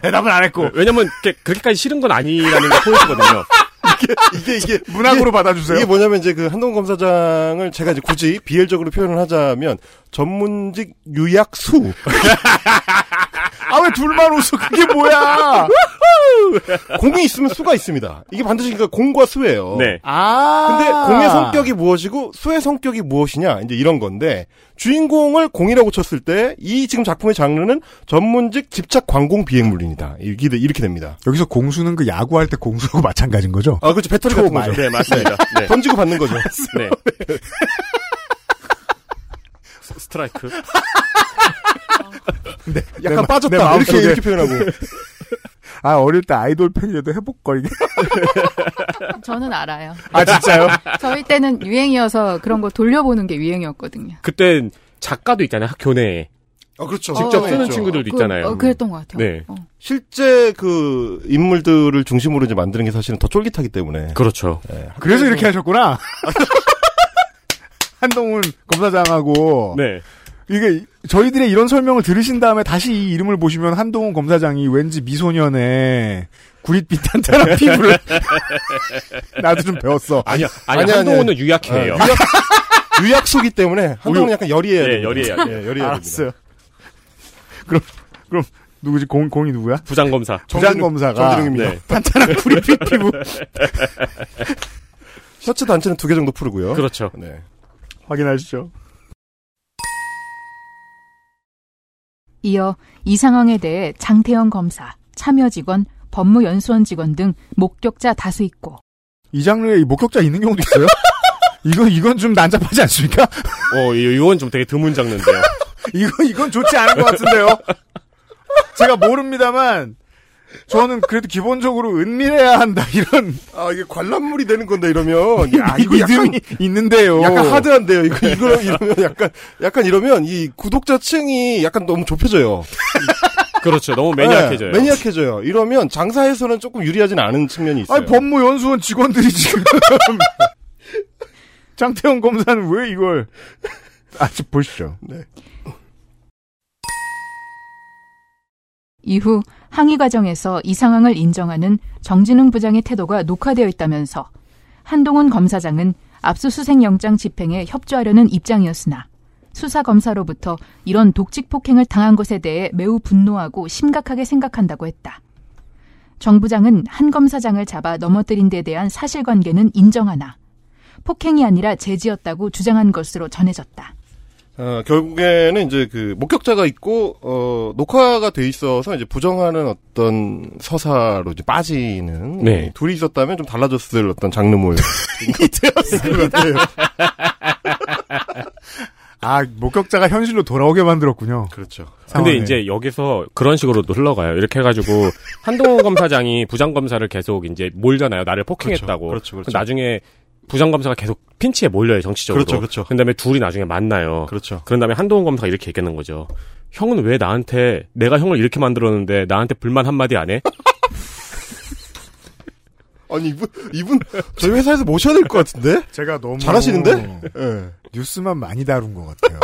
B: 대답은 안 했고
C: 왜냐면 이렇게 그렇게까지 싫은 건 아니라는 게 포인트거든요.
D: 이게 이게
B: 문학으로 받아주세요.
D: 이게 뭐냐면 이제 그 한동훈 검사장을 제가 이제 굳이 비엘적으로 표현을 하자면 전문직 유약수
B: 아 왜 둘만 웃어? 그게 뭐야?
D: 공이 있으면 수가 있습니다. 이게 반드시 그러니까 공과 수예요.
C: 네.
B: 아
D: 근데 공의 성격이 무엇이고 수의 성격이 무엇이냐 이제 이런 건데 주인공을 공이라고 쳤을 때 이 지금 작품의 장르는 전문직 집착 광공 비행물입니다. 이렇게 돼- 이렇게 됩니다.
B: 여기서 공수는 그 야구할 때 공수하고 마찬가지인 거죠?
D: 아 그렇죠 배터리 같은 거죠.
C: 네, 맞습니다. 네.
D: 던지고 받는 거죠.
C: 네. 스- 스트라이크.
B: 내 마-
D: 약간
B: 내
D: 빠졌다 이렇게
B: 마음속에.
D: 이렇게 네. 표현하고
B: 아 어릴 때 아이돌 팬이라도 해볼걸 이게.
K: 저는 알아요.
B: 아 진짜요?
K: 저희 때는 유행이어서 그런 거 돌려보는 게 유행이었거든요.
C: 그땐 작가도 있잖아요. 교내에.
D: 아 그렇죠
C: 직접
K: 어,
C: 쓰는
K: 그렇죠.
C: 친구들도
K: 그-
C: 있잖아요.
K: 어, 그랬던 것 같아요.
C: 네.
K: 어.
D: 실제 그 인물들을 중심으로 이제 만드는 게 사실은 더 쫄깃하기 때문에
C: 그렇죠.
B: 그래서 이렇게 하셨구나. 네, 한동훈 검사장하고
C: 네.
B: 이게 저희들의 이런 설명을 들으신 다음에 다시 이 이름을 보시면 한동훈 검사장이 왠지 미소년의 구릿빛 탄탄한 피부를 나도 좀 배웠어.
C: 아니요. 아니,
D: 아니야,
C: 한동훈은 유약해요.
D: 어, 유약 유약수기 때문에 한동훈 약간 열이해야
C: 예,
D: 됩니다.
C: 열이해야 돼요.
D: 예, 열이해야 됩니다.
B: 알았어요. 그럼 그럼 누구지 공 공이 누구야?
C: 부장검사.
B: 부장 검사가 네.
D: 정진웅입니다.
B: 탄탄한 구릿빛 피부.
D: 셔츠 단체는 두 개 정도 풀고요.
C: 그렇죠.
D: 네.
B: 확인하시죠.
G: 이어 이 상황에 대해 장태영 검사, 참여 직원, 법무연수원 직원 등 목격자 다수 있고
B: 이 장르에 목격자 있는 경우도 있어요? 이건 이건 좀 난잡하지 않습니까?
C: 어, 이- 이건 좀 되게 드문 장르인데요.
B: 이건 이건 좋지 않은 것 같은데요. 제가 모릅니다만 저는 그래도 기본적으로 은밀해야 한다 이런
D: 아 이게 관람물이 되는 건데 이러면 야 아, 이거 약간
B: 믿음이 있는데요.
D: 약간 하드한데요. 이거 이거 이러면 약간 약간 이러면 이 구독자층이 약간 너무 좁혀져요.
C: 그렇죠. 너무 매니악해져요.
D: 네, 매니악해져요. 이러면 장사에서는 조금 유리하진 않은 측면이 있어요.
B: 아니 법무연수원 직원들이 지금 장태원 검사는 왜 이걸 아직 보시죠.
D: 네.
G: 이후 항의 과정에서 이 상황을 인정하는 정진웅 부장의 태도가 녹화되어 있다면서 한동훈 검사장은 압수수색 영장 집행에 협조하려는 입장이었으나 수사 검사로부터 이런 독직 폭행을 당한 것에 대해 매우 분노하고 심각하게 생각한다고 했다. 정 부장은 한 검사장을 잡아 넘어뜨린 데 대한 사실관계는 인정하나 폭행이 아니라 제지였다고 주장한 것으로 전해졌다.
D: 어, 결국에는 이제 그 목격자가 있고 어, 녹화가 돼 있어서 이제 부정하는 어떤 서사로 이제 빠지는
C: 네.
D: 어, 둘이 있었다면 좀 달라졌을 어떤 장르 모임.
B: 되었습니다. 아, 목격자가 현실로 돌아오게 만들었군요.
D: 그렇죠.
C: 근데 이제 여기서 그런 식으로 또 흘러가요. 이렇게 해가지고 한동호 검사장이 부장 검사를 계속 이제 몰잖아요. 나를 폭행했다고.
D: 그렇죠, 그렇죠.
C: 그럼 나중에 부장 검사가 계속 핀치에 몰려요 정치적으로.
D: 그렇죠, 그렇죠.
C: 다음에 둘이 나중에 만나요.
D: 그렇죠.
C: 그런 다음에 한동훈 검사가 이렇게 얘기하는 거죠. 형은 왜 나한테 내가 형을 이렇게 만들었는데 나한테 불만 한 마디 안 해?
D: 아니 이분 이분 저희 회사에서 모셔야 될 것 같은데?
B: 제가 너무 예.
D: 잘하시는데?
B: 뉴스만 많이 다룬 것 같아요.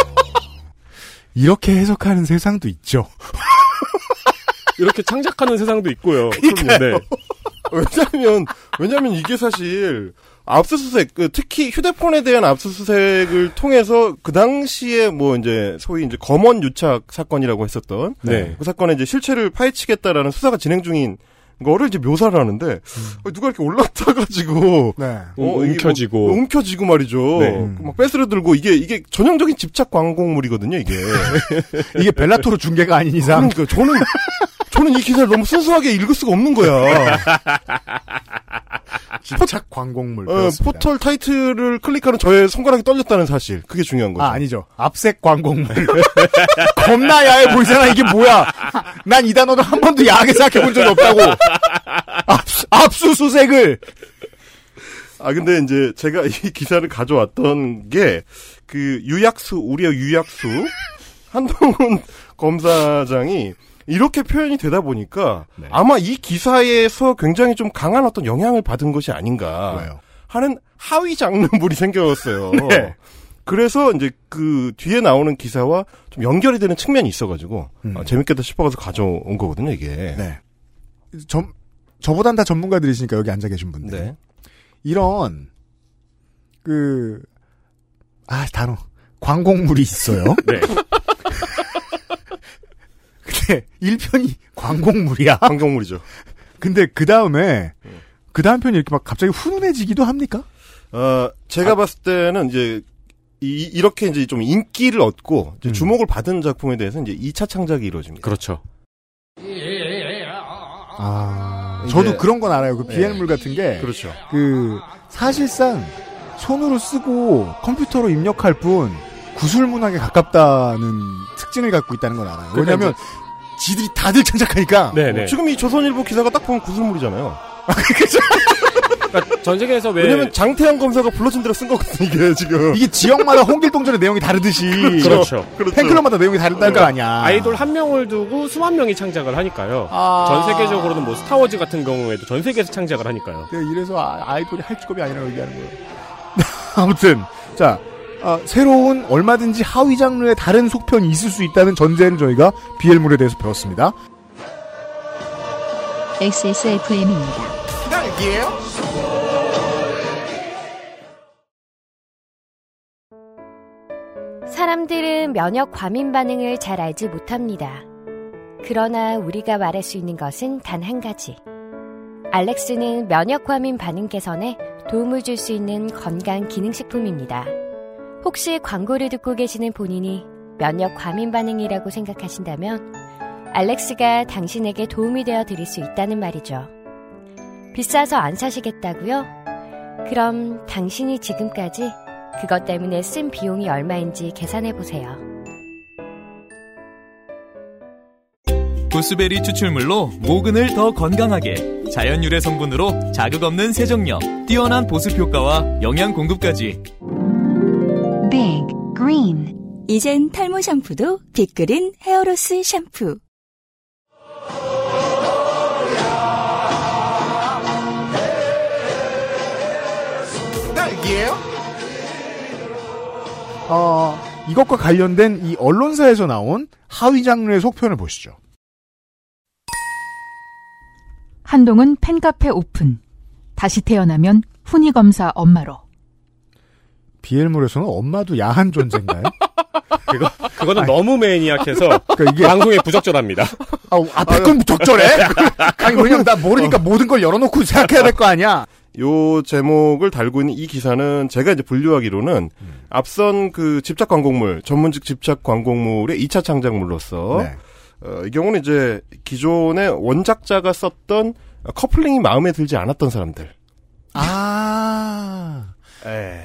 B: 이렇게 해석하는 세상도 있죠.
C: 이렇게 창작하는 세상도 있고요.
D: 그러니까요.
C: 네.
D: 왜냐하면 왜냐하면 이게 사실 압수수색 그 특히 휴대폰에 대한 압수수색을 통해서 그 당시에 뭐 이제 소위 이제 검언 유착 사건이라고 했었던
C: 네.
D: 그 사건의 이제 실체를 파헤치겠다라는 수사가 진행 중인 거를 이제 묘사를 하는데 어, 누가 이렇게 올라타가지고
B: 네.
C: 음,
D: 이게
C: 움켜쥐고.
D: 뭐, 움켜쥐고 말이죠.
C: 네.
D: 그막 뺏으려 들고 이게 이게 전형적인 집착 광고물이거든요. 이게
B: 이게 벨라토르 중계가 아닌 이상
D: 그러니까 저는 저는 이 기사를 너무 순수하게 읽을 수가 없는
C: 네,
D: 거야.
B: 집착 광곡물.
D: 어, 포털 타이틀을 클릭하는 저의 손가락이 떨렸다는 사실. 그게 중요한 거죠.
B: 아, 아니죠. 압색 광곡물. 겁나 야해 보이잖아. 이게 뭐야. 난 이 단어를 한 번도 야하게 생각해 본 적이 없다고. 압수, 압수수색을.
D: 아, 근데 이제 제가 이 기사를 가져왔던 게 그 유약수, 우리의 유약수. 한동훈 검사장이 이렇게 표현이 되다 보니까
B: 네.
D: 아마 이 기사에서 굉장히 좀 강한 어떤 영향을 받은 것이 아닌가 하는 하위 장르물이 생겼어요.
B: 네.
D: 그래서 이제 그 뒤에 나오는 기사와 좀 연결이 되는 측면이 있어가지고
B: 음.
D: 아, 재밌겠다 싶어서 가져온 거거든요 이게.
B: 네. 저, 저보단 다 전문가들이시니까 여기 앉아 계신 분들.
D: 네.
B: 이런, 그, 아, 단어. 광곡물이 있어요.
C: 네.
B: 근데 1편이 광곡물이야.
D: 광곡물이죠.
B: 근데 그 다음에, 그 다음 편이 이렇게 막 갑자기 훈훈해지기도 합니까?
D: 어, 제가 봤을 때는 이제 이, 이렇게 이제 좀 인기를 얻고 이제 주목을 받은 작품에 대해서 이제 2차 창작이 이루어집니다.
C: 그렇죠.
B: 아, 저도
D: 이제- 네.
B: 그런 건 알아요. 그 비행물 같은 게.
D: 그렇죠.
B: 그, 사실상 손으로 쓰고 컴퓨터로 입력할 뿐 구술문학에 가깝다는 특징을 갖고 있다는 건 알아요.
D: 그러니까
B: 왜냐면, 지들이 다들 창작하니까.
C: 네,
D: 어, 지금 이 조선일보 기사가 딱 보면 구슬물이잖아요.
C: 전 세계에서 왜
D: 왜냐면 장태현 검사가 불러준 대로 쓴 거거든 이게 지금.
B: 이게 지역마다 홍길동전의 내용이 다르듯이.
C: 그렇죠. 그러니까
D: 그렇죠.
B: 팬클럽마다 내용이 다르다는 거 아니야.
C: 아이돌 한 명을 두고 수만 명이 창작을 하니까요.
B: 아.
C: 전 세계적으로는 뭐 스타워즈 같은 경우에도 전 세계에서 창작을 하니까요.
B: 내가 이래서 아, 이돌이할 직업이 아니라고 얘기하는 거예요. 아무튼 자 아, 새로운 얼마든지 하위 장르의 다른 속편이 있을 수 있다는 전제를 저희가 비엘물에 대해서 배웠습니다.
A: XSFM입니다.
B: 딸기예요?
L: 사람들은 면역 과민 반응을 잘 알지 못합니다. 그러나 우리가 말할 수 있는 것은 단 한 가지. 알렉스는 면역 과민 반응 개선에 도움을 줄 수 있는 건강 기능식품입니다. 혹시 광고를 듣고 계시는 본인이 면역 과민 반응이라고 생각하신다면 알렉스가 당신에게 도움이 되어 드릴 수 있다는 말이죠. 비싸서 안 사시겠다고요? 그럼 당신이 지금까지 그것 때문에 쓴 비용이 얼마인지 계산해 보세요.
F: 보스베리 추출물로 모근을 더 건강하게 자연 유래 성분으로 자극 없는 세정력 뛰어난 보습 효과와 영양 공급까지
E: Big Green. 이젠 탈모 샴푸도 빅그린 헤어로스 샴푸.
B: 딸기예요? 어, 이것과 관련된 이 언론사에서 나온 하위 장르의 속편을 보시죠.
G: 한동훈 팬카페 오픈. 다시 태어나면 훈이 검사 엄마로.
B: 비엘물에서는 엄마도 야한 존재인가요?
C: 그거 그거는 너무 매니악해서
B: 이게-
C: 방송에 부적절합니다.
B: 아, 앞에 건 적절해? 아니, 왜냐면 나 모르니까 모든 걸 열어놓고 생각해야 될 거 아니야.
D: 요 제목을 달고 있는 이 기사는 제가 이제 분류하기로는 앞선 그 집착 광곡물 전문직 집착 광곡물의 2차 창작물로서
B: 네.
D: 어, 이 경우는 이제 기존의 원작자가 썼던 커플링이 마음에 들지 않았던 사람들. 네.
B: 아.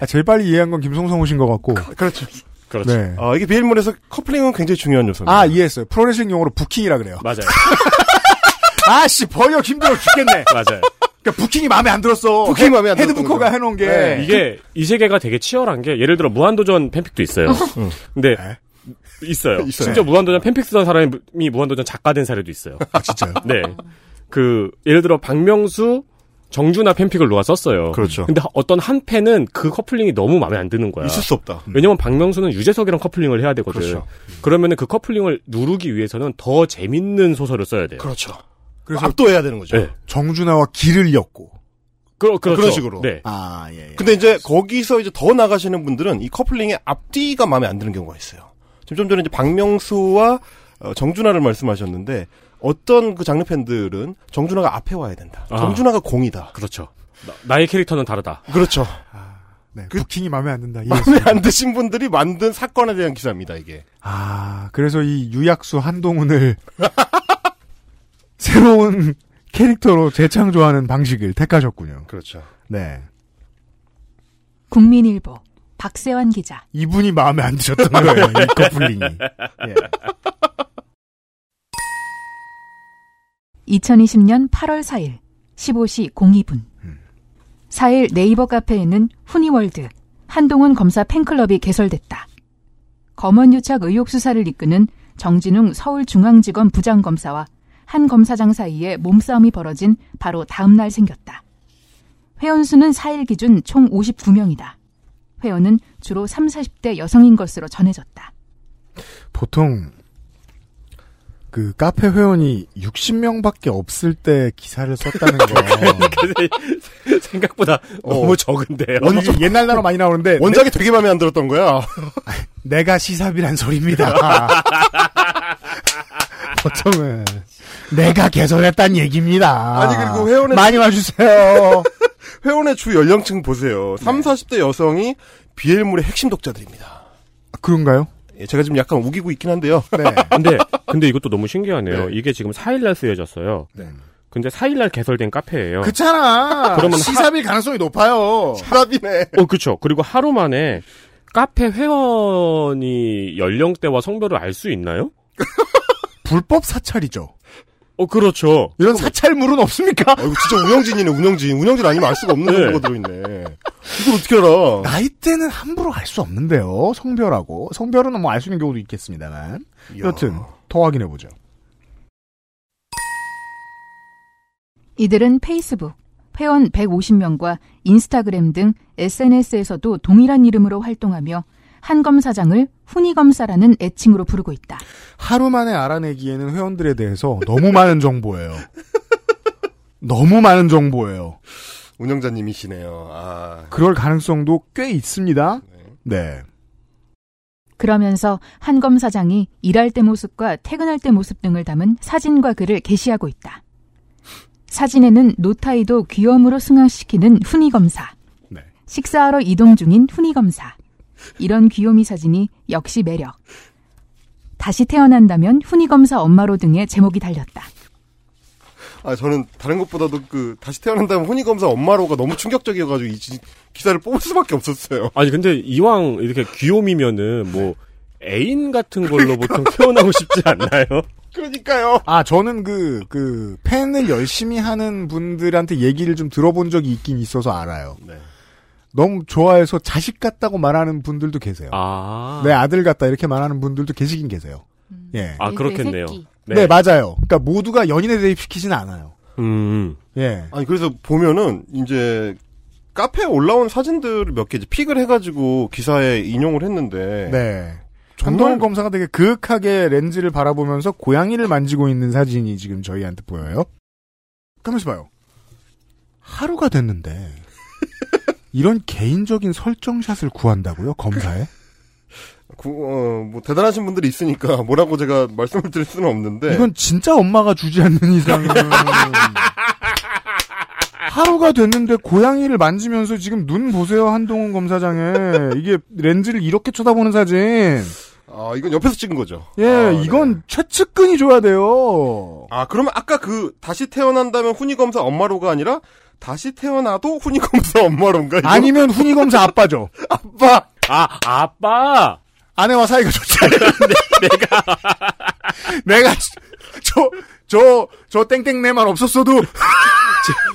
B: 아, 제일 빨리 이해한 건 김성성 오신 것 같고.
D: 그렇죠.
C: 그렇죠.
B: 네.
D: 어, 이게 비엘물에서 커플링은 굉장히 중요한 요소입니다.
B: 아, 이해했어요. 프로레슬링 용어로 부킹이라 그래요.
C: 맞아요.
B: 아씨, 번역 힘들어 죽겠네.
C: 맞아요.
B: 그러니까 부킹이 마음에 안 네. 들었어.
D: 부킹이 마음에 안 들었던
B: 헤드부커가
D: 거죠.
B: 해놓은 게.
C: 이게 이 세계가 되게 치열한 게 예를 들어 무한도전 팬픽도 있어요. 음. 근데 있어요.
B: 있어요.
C: 심지어 무한도전 팬픽 쓰던 사람이 무- 무한도전 작가 된 사례도 있어요.
B: 아, 진짜요?
C: 네. 그 예를 들어 박명수 정준하 팬픽을 누가 썼어요.
D: 그렇죠.
C: 근데 어떤 한 팬은 그 커플링이 너무 마음에 안 드는 거야.
D: 있을 수 없다.
C: 음. 왜냐면 박명수는 유재석이랑 커플링을 해야 되거든.
D: 그렇죠.
C: 그러면은 그 커플링을 누르기 위해서는 더 재밌는 소설을 써야 돼요.
D: 그렇죠. 그래서 압도해야 되는 거죠.
C: 네.
B: 정준하와 길을 엮고.
C: 그러,
D: 그런 식으로.
C: 네.
B: 아, 예.
D: 근데 이제 거기서 이제 더 나가시는 분들은 이 커플링의 앞뒤가 마음에 안 드는 경우가 있어요. 지금 좀 전에 이제 박명수와 어, 정준하를 말씀하셨는데 어떤 그 장르 팬들은 정준하가 앞에 와야 된다.
C: 아.
D: 정준하가 공이다.
C: 그렇죠. 나, 의 캐릭터는 다르다.
D: 그렇죠.
B: 네, 부킹이 마음에 안 든다. 이해했어요.
D: 마음에 안 드신 분들이 만든 사건에 대한 기사입니다. 이게.
B: 아, 그래서 이 유약수 한동훈을 새로운 캐릭터로 재창조하는 방식을 택하셨군요.
D: 그렇죠.
B: 네.
G: 국민일보 박세환 기자.
B: 이분이 마음에 안 드셨던 거예요, 이 커플링이. 예.
G: 2020년 8월 4일 15시 02분 4일 네이버 카페에는 후니월드 한동훈 검사 팬클럽이 개설됐다. 검언 유착 의혹 수사를 이끄는 정진웅 서울중앙지검 부장검사와 한 검사장 사이에 몸싸움이 벌어진 바로 다음 날 생겼다. 회원 수는 4일 기준 총 59명이다. 회원은 주로 3, 40대 여성인 것으로 전해졌다.
B: 보통 그 카페 회원이 60명밖에 없을 때 기사를 썼다는 거. 어.
C: 생각보다 너무 적은데요.
B: 원, 옛날 나라 많이 나오는데
D: 원작이 되게 마음에 안 들었던 거야.
B: 내, 가 시사비란 소리입니다. 보통은 내가 개설했단 얘기입니다.
D: 아니, 그리고 회원의-
B: 많이 와주세요.
D: 회원의 주 연령층 보세요. 3, 40대 여성이 비엘물의 핵심 독자들입니다.
B: 그런가요?
D: 예, 제가 지금 약간 우기고 있긴 한데요.
C: 근데 근데 이것도 너무 신기하네요. 네. 이게 지금 4일날 쓰여졌어요. 근데 4일날 개설된 카페예요.
B: 그렇잖아.
C: 그러면 하-
B: 시사비 가능성이 높아요.
D: 사람이네.
C: 어, 그쵸. 그리고 하루 만에 카페 회원이 연령대와 성별을 알 수 있나요?
B: 불법 사찰이죠.
C: 어, 그렇죠.
B: 이런 사찰물은 없습니까?
D: 아이고, 진짜 운영진이네, 운영진. 운영진 아니면 알 수가 없는
C: 네.
D: 정보가 들어있네. 이걸 어떻게 알아?
B: 나이 때는 함부로 알 수 없는데요. 성별하고 성별은 뭐 알 수 있는 경우도 있겠습니다만. 여튼 더 확인해 보죠.
G: 이들은 페이스북, 회원 150명과 인스타그램 등 SNS에서도 동일한 이름으로 활동하며 한 검사장을 훈이 검사라는 애칭으로 부르고 있다.
B: 하루 만에 알아내기에는 회원들에 대해서 너무 많은 정보예요. 너무 많은 정보예요.
D: 운영자님이시네요. 아.
B: 그럴 가능성도 꽤 있습니다. 네.
G: 그러면서 한 검사장이 일할 때 모습과 퇴근할 때 모습 등을 담은 사진과 글을 게시하고 있다. 사진에는 노타이도 귀염으로 승화시키는 훈이 검사, 식사하러 이동 중인 훈이 검사. 이런 귀요미 사진이 역시 매력. 다시 태어난다면 훈이 검사 엄마로 등의 제목이 달렸다.
D: 아, 저는 다른 것보다도 그, 다시 태어난 다음 혼이검사 엄마로가 너무 충격적이어가지고 이 지- 기사를 뽑을 수밖에 없었어요.
C: 아니, 근데 이왕 이렇게 귀요미면은 뭐 애인 같은 걸로 보통 태어나고 싶지 않나요?
D: 그러니까요.
B: 아 저는 그 그 팬을 열심히 하는 분들한테 얘기를 좀 들어본 적이 있긴 있어서 알아요.
D: 네.
B: 너무 좋아해서 자식 같다고 말하는 분들도 계세요.
C: 아.
D: 네.
B: 내 아들 같다 이렇게 말하는 분들도 계시긴 계세요. 예.
C: 아, 그렇겠네요.
B: 네. 맞아요. 그러니까 모두가 연인에 대입시키진 않아요.
C: 음.
B: 예.
D: 아니, 그래서 보면은, 이제, 카페에 올라온 사진들을 몇 개 이제 픽을 해가지고 기사에 인용을 했는데.
B: 네.
D: 정말-
B: 한동훈 검사가 되게 그윽하게 렌즈를 바라보면서 고양이를 만지고 있는 사진이 지금 저희한테 보여요. 가만히 봐요. 하루가 됐는데 이런 개인적인 설정샷을 구한다고요? 검사에?
D: 구- 어, 뭐, 대단하신 분들이 있으니까 뭐라고 제가 말씀을 드릴 수는 없는데.
B: 이건 진짜 엄마가 주지 않는 이상은 하루가 됐는데 고양이를 만지면서 지금 눈 보세요 한동훈 검사장에 이게 렌즈를 이렇게 쳐다보는 사진
D: 아, 이건 옆에서 찍은 거죠.
B: 예
D: 아, 네.
B: 이건 최측근이 줘야 돼요
D: 아, 그러면 아까 그 다시 태어난다면 훈이 검사 엄마로가 아니라 다시 태어나도 훈이 검사 엄마로인가? 이거?
B: 아니면 훈이 검사 아빠죠
D: 아빠.
C: 아, 아빠!
B: 아내와 사이가 좋지 않은데 내가 내가 저저저 땡땡내만 없었어도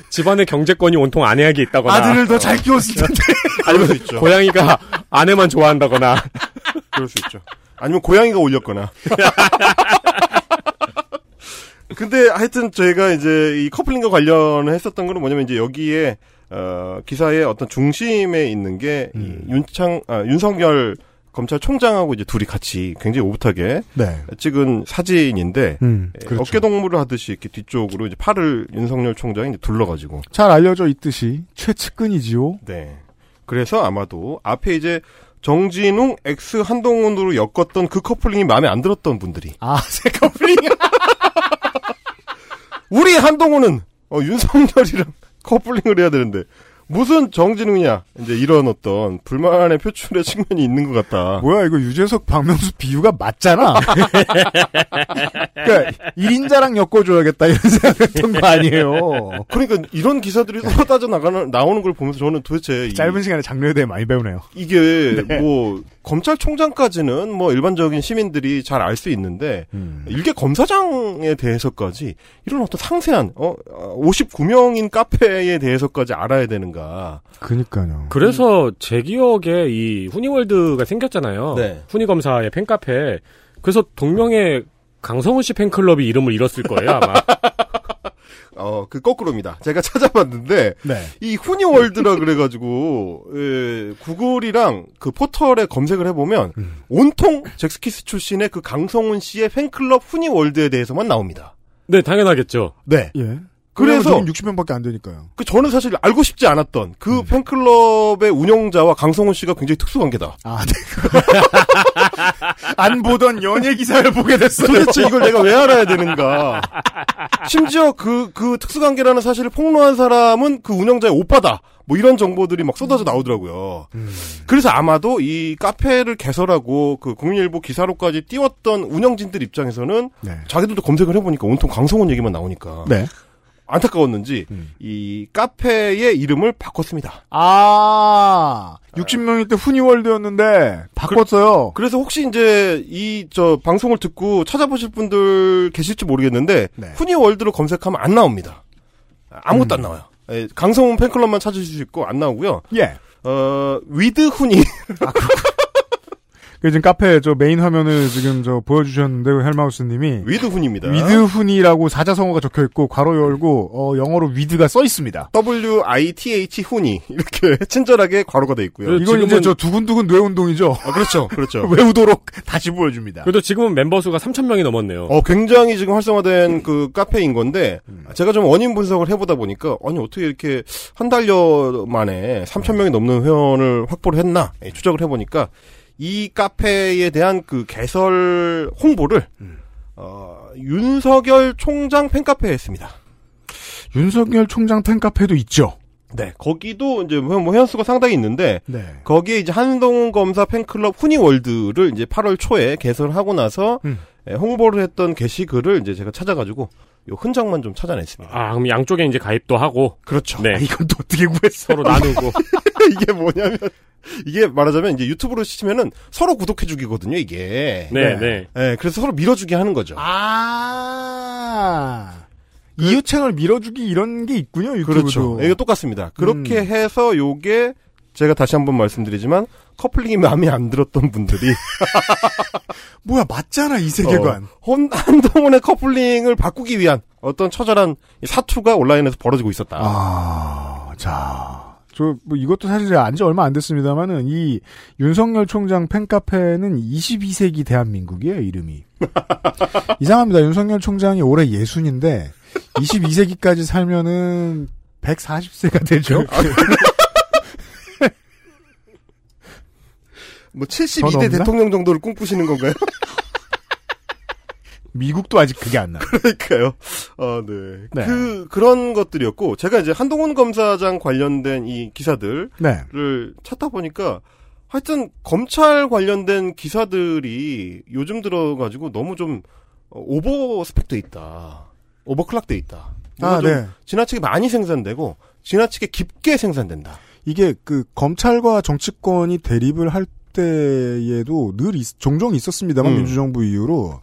C: 집안의 경제권이 온통 아내에게 있다거나
B: 아들을 더 잘 키웠을 텐데
C: 아니면 고양이가 아내만 좋아한다거나
D: 그럴 수 있죠. 아니면 고양이가 올렸거나. 근데 하여튼 저희가 이제 이 커플링과 관련했었던 거는 뭐냐면 이제 여기에 어 기사의 어떤 중심에 있는 게
B: 음.
D: 이 윤창 아, 윤석열 검찰총장하고 이제 둘이 같이 굉장히 오붓하게
B: 네.
D: 찍은 사진인데
B: 음,
D: 예,
B: 그렇죠.
D: 어깨 동무를 하듯이 이렇게 뒤쪽으로 이제 팔을 윤석열 총장이 이제 둘러가지고
B: 잘 알려져 있듯이 최측근이지요.
D: 네. 그래서 아마도 앞에 이제 정진웅 X 한동훈으로 엮었던 그 커플링이 마음에 안 들었던 분들이
B: 아, 새 커플링
D: 우리 한동훈은 어, 윤석열이랑 커플링을 해야 되는데 무슨 정진웅이냐 이제 이런 어떤 불만의 표출의 측면이 있는 것 같다.
B: 뭐야 이거 유재석 박명수 비유가 맞잖아. 그러니까 1인자랑 엮어줘야겠다 이런 생각했던 거 아니에요.
D: 그러니까 이런 기사들이 쏟아져 나가는 나오는 걸 보면서 저는 도대체 이-
B: 짧은 시간에 장르에 대해 많이 배우네요.
D: 이게
B: 네.
D: 뭐 검찰총장까지는 뭐 일반적인 시민들이 잘 알 수 있는데 일개 검사장에 대해서까지 이런 어떤 상세한 어 59명인 카페에 대해서까지 알아야 되는가?
B: 그니까요.
C: 그래서 제 기억에 이 후니월드가 생겼잖아요.
D: 네.
C: 후니검사의 팬카페. 그래서 동명의 강성훈 씨 팬클럽이 이름을 잃었을 거예요, 아마.
D: 어그 거꾸로입니다. 제가 찾아봤는데
B: 네.
D: 이 후니월드라 그래가지고 예, 구글이랑 그 포털에 검색을 해보면 온통 잭스키스 출신의 그 강성훈 씨의 팬클럽 후니월드에 대해서만 나옵니다.
C: 네, 당연하겠죠.
D: 네.
B: 예.
D: 그래서-
B: 왜냐면 저는 60명밖에 안 되니까요.
D: 그 저는 사실 알고 싶지 않았던 그
B: 음.
D: 팬클럽의 운영자와 강성훈 씨가 굉장히 특수관계다.
B: 아, 네. 안 보던 연예 기사를 보게 됐어요.
D: 도대체 이걸 내가 왜 알아야 되는가? 심지어 그, 그 특수관계라는 사실을 폭로한 사람은 그 운영자의 오빠다. 뭐 이런 정보들이 막
B: 음.
D: 쏟아져 나오더라고요. 그래서 아마도 이 카페를 개설하고 그 국민일보 기사로까지 띄웠던 운영진들 입장에서는
B: 네.
D: 자기들도 검색을 해보니까 온통 강성훈 얘기만 나오니까
B: 네. 음.
D: 안타까웠는지 이 카페의 이름을 바꿨습니다.
B: 아, 60명일 때 후니월드였는데 바꿨어요.
D: 그래서 혹시 이제 이 저 방송을 듣고 찾아보실 분들 계실지 모르겠는데
B: 네.
D: 후니 월드로 검색하면 안 나옵니다. 아무것도
B: 음.
D: 안 나와요. 예, 강성훈 팬클럽만 찾으실 수 있고 안 나오고요.
B: 예.
D: 어 위드 후니
B: 그 지금 카페 저 메인 화면을 지금 저 보여주셨는데 그 헬마우스님이
D: 위드 훈입니다.
B: 위드 훈이라고 사자성어가 적혀 있고 괄호 열고 어, 영어로 위드가 써 있습니다.
D: W I T H 후니 이렇게 친절하게 괄호가 돼 있고요.
B: 이건 이제 저 두근두근 뇌 운동이죠.
D: 아, 그렇죠, 그렇죠.
B: 외우도록 다시 보여줍니다.
C: 그래도 지금은 멤버 수가 3,000명이 넘었네요.
D: 어, 음. 굉장히 지금 활성화된 그 카페인 건데, 제가 좀 원인 분석을 해보다 보니까, 아니, 어떻게 이렇게 한 달여 만에 3,000명이 넘는 회원을 확보를 했나, 예, 추적을 해보니까, 이 카페에 대한 그 개설 홍보를, 어, 윤석열 총장 팬카페에 했습니다.
B: 윤석열 총장 팬카페도 있죠.
D: 네, 거기도 이제 뭐 회원수가 상당히 있는데,
B: 네.
D: 거기에 이제 한동훈 검사 팬클럽 후니월드를 이제 8월 초에 개설하고 나서
B: 음.
D: 예, 홍보를 했던 게시글을 이제 제가 찾아가지고 요 흔적만 좀 찾아냈습니다.
C: 아, 그럼 양쪽에 이제 가입도 하고.
D: 그렇죠.
C: 네.
B: 아, 이건 또 어떻게 구했어?
C: 서로 나누고.
D: 이게 뭐냐면 이게 말하자면 이제 유튜브로 치면은 서로 구독해주기거든요. 이게.
C: 네, 네.
D: 예, 그래서 서로 밀어주기 하는 거죠.
B: 아. 이웃 채널 밀어주기 이런 게 있군요, 유튜브도.
D: 아. 그
B: 예.
D: 그렇죠. 음. 이게 똑같습니다. 그렇게 해서 요게 제가 다시 한번 말씀드리지만 커플링이 마음에 안 들었던 분들이
B: 뭐야, 맞잖아, 이 세계관.
D: 어, 혼- 한동훈의 커플링을 바꾸기 위한 어떤 처절한 이 사투가 온라인에서 벌어지고 있었다.
B: 아, 자. 저, 뭐, 이것도 사실 안지 얼마 안 됐습니다만은, 이, 윤석열 총장 팬카페는 22세기 대한민국이에요, 이름이. 이상합니다. 윤석열 총장이 올해 예순인데, 22세기까지 살면은, 140세가 되죠?
D: 뭐
B: 더
D: 72대
B: 넘나?
D: 대통령 정도를 꿈꾸시는 건가요?
B: 미국도 아직 그게 안 나요.
D: 그러니까요. 아, 네.
B: 네.
D: 그 그런 것들이었고 제가 이제 한동훈 검사장 관련된 이 기사들을
B: 네.
D: 찾다 보니까 하여튼 검찰 관련된 기사들이 요즘 들어 가지고 너무 좀 어, 오버 스펙돼 있다. 오버클락 돼 있다. 뭔가
B: 아,
D: 좀
B: 네.
D: 지나치게 많이 생산되고 지나치게 깊게 생산된다.
B: 이게 그 검찰과 정치권이 대립을 할 때에도 늘 있- 종종 있었습니다만
D: 음.
B: 민주정부 이후로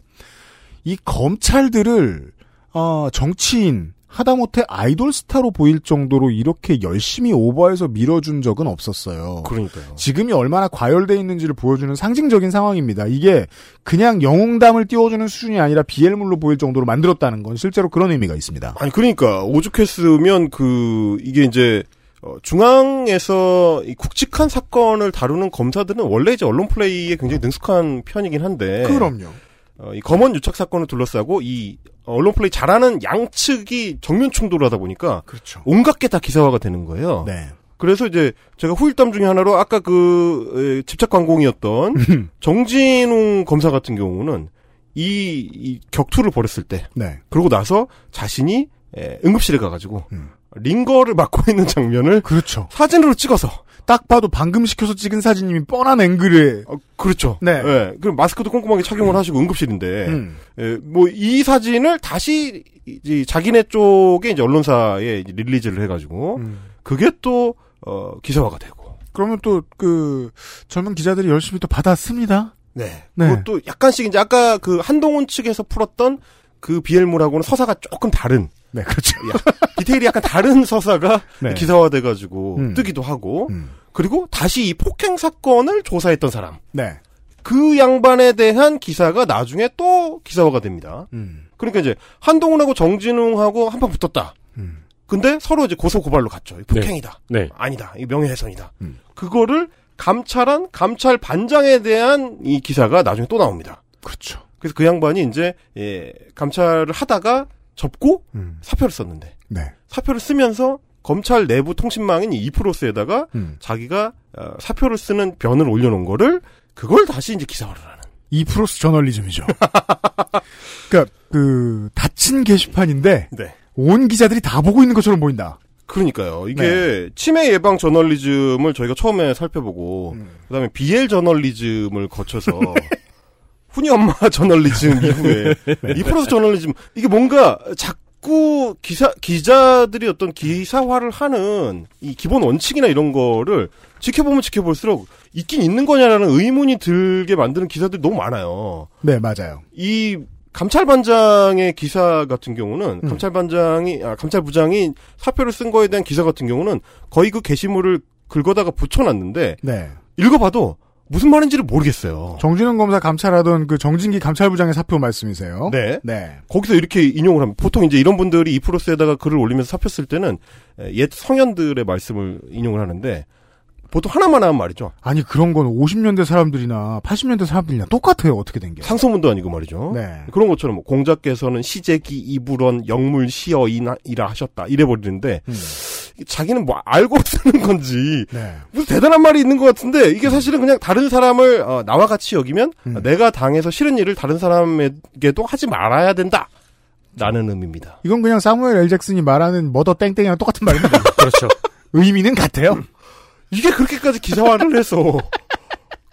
B: 이 검찰들을 어, 정치인 하다못해 아이돌 스타로 보일 정도로 이렇게 열심히 오버해서 밀어준 적은 없었어요.
D: 그러니까요.
B: 지금이 얼마나 과열돼 있는지를 보여주는 상징적인 상황입니다. 이게 그냥 영웅담을 띄워주는 수준이 아니라 비엘물로 보일 정도로 만들었다는 건 실제로 그런 의미가 있습니다.
D: 아니 그러니까 오죽했으면 그 이게 이제 어, 중앙에서 이 굵직한 사건을 다루는 검사들은 원래 이제 언론 플레이에 굉장히 능숙한 편이긴 한데
B: 그럼요.
D: 어, 이 검언 유착 사건을 둘러싸고 이 언론 플레이 잘하는 양측이 정면 충돌하다 보니까 온갖 게 다 기사화가 되는 거예요.
B: 네.
D: 그래서 이제 제가 후일담 중에 하나로 아까 그 에, 집착 관공이었던 정진웅 검사 같은 경우는 이, 이 격투를 벌였을 때
B: 네.
D: 그러고 나서 자신이 에, 응급실에 가가지고 링거를 막고 있는 장면을
B: 그렇죠.
D: 사진으로 찍어서
B: 딱 봐도 방금 시켜서 찍은 사진이 뻔한 앵글에
D: 그렇죠.
B: 네.
D: 예, 그럼 마스크도 꼼꼼하게 착용을 하시고 응급실인데
B: 음.
D: 뭐 이 사진을 다시 이제 자기네 쪽에 이제 언론사에 이제 릴리즈를 해가지고 그게 또 어, 기사화가 되고
B: 그러면 또 그 젊은 기자들이 열심히 또 받았습니다.
D: 네.
B: 네.
D: 그것도 약간씩 이제 아까 그 한동훈 측에서 풀었던 그 비엘물하고는 서사가 조금 다른
B: 네, 그렇죠.
D: 디테일이 약간 다른 서사가
B: 네.
D: 기사화돼가지고
B: 음.
D: 뜨기도 하고 그리고 다시 이 폭행 사건을 조사했던 사람
B: 네.
D: 그 양반에 대한 기사가 나중에 또 기사화가 됩니다.
B: 음.
D: 그러니까 이제 한동훈하고 정진웅하고 한판 붙었다.
B: 음.
D: 근데 서로 이제 고소 고발로 갔죠. 이거 폭행이다.
C: 네. 음. 네.
D: 아니다. 이 명예훼손이다. 그거를 감찰한 감찰 반장에 대한 이 기사가 나중에 또 나옵니다.
B: 그렇죠.
D: 그래서 그 양반이 이제 예, 감찰을 하다가 접고
B: 음.
D: 사표를 썼는데
B: 네.
D: 사표를 쓰면서 검찰 내부 통신망인 이 이프로스에다가
B: 음.
D: 자기가 어, 사표를 쓰는 변을 올려놓은 거를 그걸 다시 이제 기사화를 하는.
B: 이 프로스 저널리즘이죠. 그러니까 그 닫힌 게시판인데
D: 네.
B: 온 기자들이 다 보고 있는 것처럼 보인다.
D: 그러니까요. 이게 치매 예방 저널리즘을 저희가 처음에 살펴보고 그다음에 BL 저널리즘을 거쳐서 훈이 엄마 저널리즘 이후에 이 프로스 저널리즘 이게 뭔가 자꾸 기사 기자들이 어떤 기사화를 하는 이 기본 원칙이나 이런 거를 지켜보면 지켜볼수록 있긴 있는 거냐라는 의문이 들게 만드는 기사들이 너무 많아요.
B: 네, 맞아요.
D: 이 감찰반장의 기사 같은 경우는
B: 음.
D: 감찰반장이 아, 감찰부장이 사표를 쓴 거에 대한 기사 같은 경우는 거의 그 게시물을 긁어다가 붙여놨는데
B: 네.
D: 읽어봐도 무슨 말인지를 모르겠어요.
B: 정진영 검사 감찰하던 그 정진기 감찰부장의 사표 말씀이세요.
D: 네.
B: 네.
D: 거기서 이렇게 인용을 합니다. 보통 이제 이런 분들이 이프로스에다가 글을 올리면서 사표 쓸 때는 에, 옛 성현들의 말씀을 인용을 하는데 보통 하나만 하면 말이죠.
B: 아니 그런 건 50년대 사람들이나 80년대 사람들이나 똑같아요. 어떻게 된 게.
D: 상소문도 아니고 말이죠.
B: 예. 네.
D: 그런 것처럼 뭐 공자께서는 시제기 이불원 영물 시어이나 이라 하셨다 이래 버리는데 자기는 뭐 알고 쓰는 건지 무슨 대단한 말이 있는 것 같은데 이게 사실은 그냥 다른 사람을 어, 나와 같이 여기면 내가 당해서 싫은 일을 다른 사람에게도 하지 말아야 된다. 라는 의미입니다.
B: 이건 그냥 사무엘 엘 잭슨이 말하는 머더 땡땡이랑 똑같은 말입니다.
C: 그렇죠.
B: 의미는 같아요.
D: 이게 그렇게까지 기사화를 해서